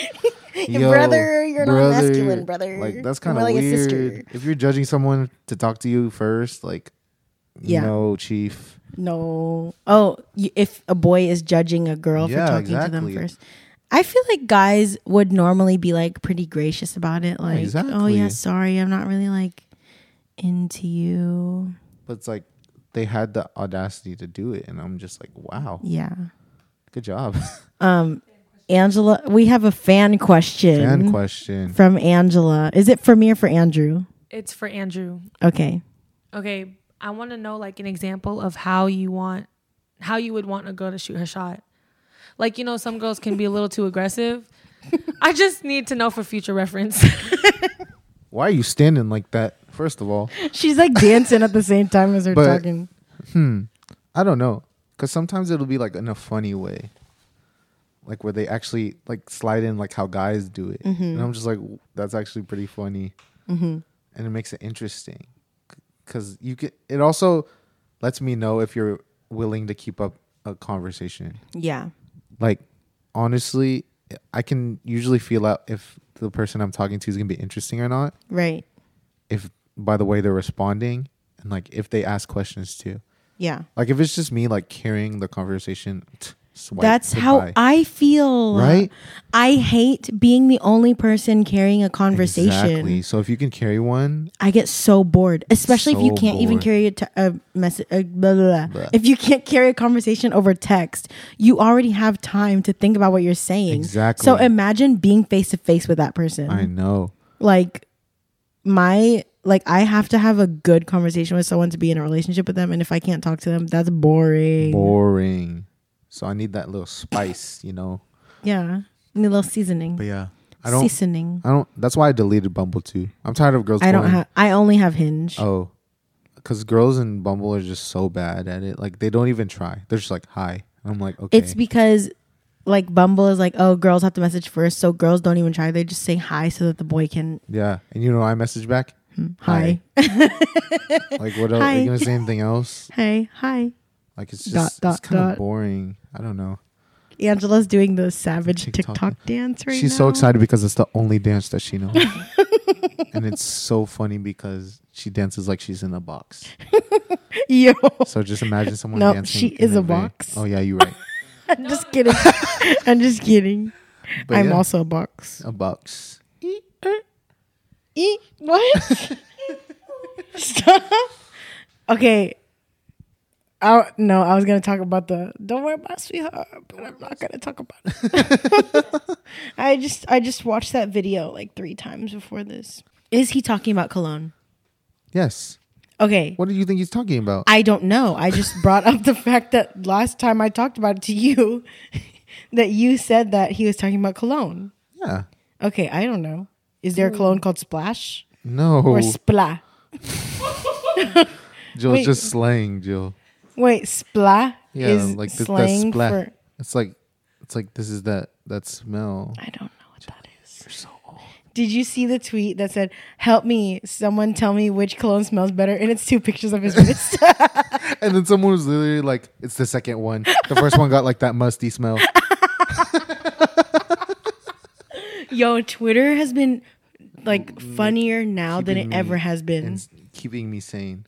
Yo,
Brother, you're not masculine, brother.
Like
You're
that's kind of
more like a
weird.
sister.
If you're judging someone to talk to you first, like,
Yeah.
no, chief.
No. Oh, y- if a boy is judging a girl
Yeah,
for talking to them
exactly.
first. I feel like guys would normally be like pretty gracious about it like oh yeah,
exactly.
sorry, I'm not really like into you.
But it's like they had the audacity to do it, and I'm just like, wow,
Yeah. Mm-hmm.
good job.
Angela, we have a fan question
Fan question.
from Angela. Is it for me or for Andrew?
It's for Andrew.
Okay.
Okay, I want to know like an example of how you want, how you would want a girl to shoot her shot. Like you know, some girls can be a little too aggressive. I just need to know for future reference.
Why are you standing like that? First of all,
She's like dancing at the same time as her
But-
talking.
I don't know, because sometimes it'll be like in a funny way, like where they actually like slide in like how guys do it, and I'm just like, "W- that's actually pretty funny, and it makes it interesting, because you can. It also lets me know if you're willing to keep up a conversation.
Yeah.
Like, honestly, I can usually feel out if the person I'm talking to is gonna be interesting or not,
Right.
if by the way they're responding, and like if they ask questions too.
Yeah.
Like if it's just me like carrying the conversation, t- swipe,
That's how
goodbye.
I feel.
Right?
I hate being the only person carrying a conversation.
Exactly. So if you can carry one,
I get so bored, especially if you
So
can't even
bored.
carry a, te- a message. A blah, blah, blah.
Blah.
If you can't carry a conversation over text, you already have time to think about what you're saying.
Exactly.
So imagine being face to face with that person.
I know.
like my like I have to have a good conversation with someone to be in a relationship with them, and if I can't talk to them, that's boring.
Boring. So I need that little spice, you know.
yeah, need a little seasoning.
But yeah, I don't.
seasoning.
I don't. That's why I deleted Bumble too. I'm tired of girls.
I don't
going,
have. I only have Hinge.
Oh, because girls in Bumble are just so bad at it. Like they don't even try. They're just like hi. And I'm like okay.
It's because like Bumble is like, oh, girls have to message first, so girls don't even try. They just say hi so that the boy can
yeah, and you know I message back.
hi,
like what else? Are
Hi.
you gonna say anything else?
hey, hi.
Like it's
Dot,
just
dot,
it's kind
dot.
of boring. I don't know.
Angela's doing the savage TikTok,
TikTok.
dance right
She's
now.
so excited because it's the only dance that she knows. and it's so funny because she dances like she's in a box.
Yo,
So just imagine someone
No,
dancing.
she
in
is a
way-
box.
Oh yeah, you're right.
I'm just kidding. I'm just kidding.
But
I'm
yeah,
also a box.
a box.
Eat e, what? Stop. Okay. I no, I was gonna talk about the don't worry about it, sweetheart, but I'm not gonna talk about it. I just I just watched that video like three times before this. Is he talking about cologne?
Yes.
Okay.
What do you think he's talking about?
I don't know. I just brought up the fact that last time I talked about it to you that you said that he was talking about cologne.
yeah.
Okay, I don't know. Is there a cologne called Splash
No.
or Spla?
Jill's
Wait.
just slang, Jill.
Wait, splat
Yeah,
is
like the,
slang
that splat.
for
It's like it's like this is that that smell.
I don't know what that is. You're so old. Did you see the tweet that said, "Help me, someone tell me which cologne smells better?" And it's two pictures of his wrist.
And then someone was literally like, "It's the second one. The first one got like that musty smell."
Yo, Twitter has been like
Mm,
funnier now than
Keeping
it
me
ever has been.
and s- keeping me sane.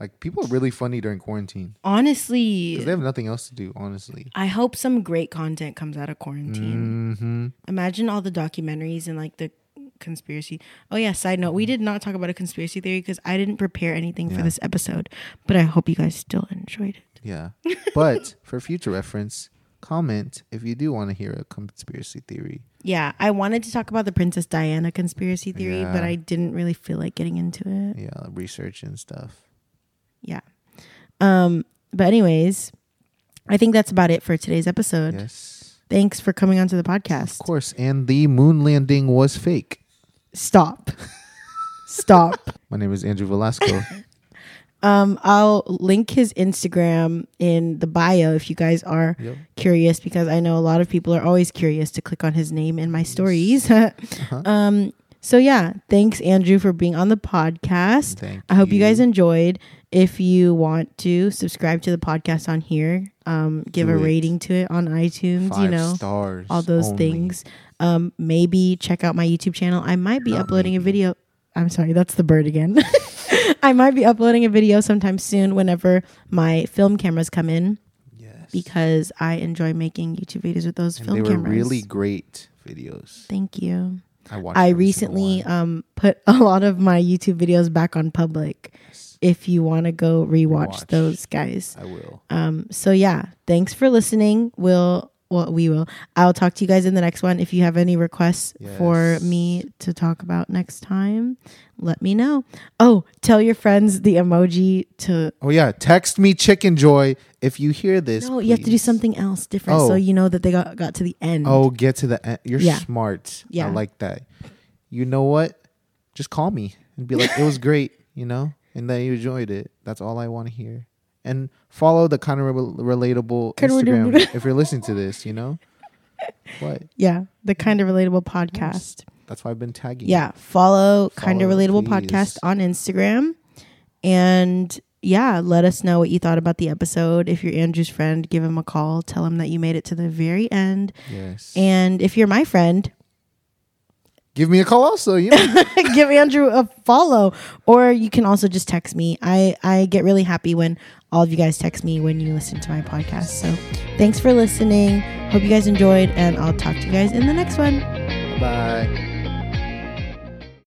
Like people are really funny during quarantine because
Honestly,
they have nothing else to do. Honestly,
I hope some great content comes out of quarantine.
mm-hmm.
Imagine all the documentaries and like the conspiracy. Oh yeah, side note, we did not talk about a conspiracy theory because I didn't prepare anything for
Mm-hmm. Yeah.
this episode, but I hope you guys still enjoyed it.
yeah. But for future reference, comment if you do want to hear a conspiracy theory.
Yeah, I wanted to talk about the Princess Diana conspiracy theory, but
Yeah.
I didn't really feel like getting into it.
Yeah, research and stuff.
Yeah. Um, but anyways, I think that's about it for today's episode.
Yes,
Thanks for coming onto the
of
podcast.
course. And the moon landing was fake.
Stop. Stop.
My name is Andrew Velasco.
Um, I'll link his Instagram in the bio if you guys are
Yep.
curious because I know a lot of people are always curious to click on his name in my stories. um, so yeah, thanks Andrew for being on the podcast.
Thank
I hope you guys
Mm-hmm.
enjoyed. If you want to subscribe to the podcast on here, um, give
Do
a
it.
rating to it on iTunes,
Five
you know,
stars.
all those
only.
things. Um, maybe check out my YouTube channel. I might be
Not
uploading a
maybe.
video. I'm sorry, that's the bird again. I might be uploading a video sometime soon whenever my film cameras come in
Yes.
because I enjoy making YouTube videos with those
and
film
they were
cameras.
really great videos.
Thank you.
I watched.
I
every single
recently
one.
um put a lot of my YouTube videos back on public. If you want to go rewatch
Rewatch.
those guys.
I will.
Um so yeah, thanks for listening. We'll well, we will. I'll talk to you guys in the next one. If you have any requests for
Yes.
me to talk about next time, let me know. Oh, tell your friends the emoji to
Oh yeah, text me chicken joy if you hear this.
No, you have to do
please.
something else different so
Oh.
you know that they got got to the end.
Oh, get to the end. You're
Yeah.
smart.
Yeah.
I like that. You know what? Just call me and be like, it was great, you know, and that you enjoyed it. That's all I want to hear. And follow the kind of relatable
Kinda
Instagram if you're listening to this, you know. What?
Yeah, the kind of relatable podcast.
That's why I've been tagging. you.
Yeah, follow, kind of
Follow,
relatable
please.
podcast on Instagram, and yeah, let us know what you thought about the episode. If you're Andrew's friend, give him a call. Tell him that you made it to the very end.
Yes.
And if you're my friend,
Give me a call also. You know.
give Andrew a follow, or you can also just text me. I I get really happy when all of you guys text me when you listen to my podcast. So thanks for listening. Hope you guys enjoyed, and I'll talk to you guys in the next one.
Bye.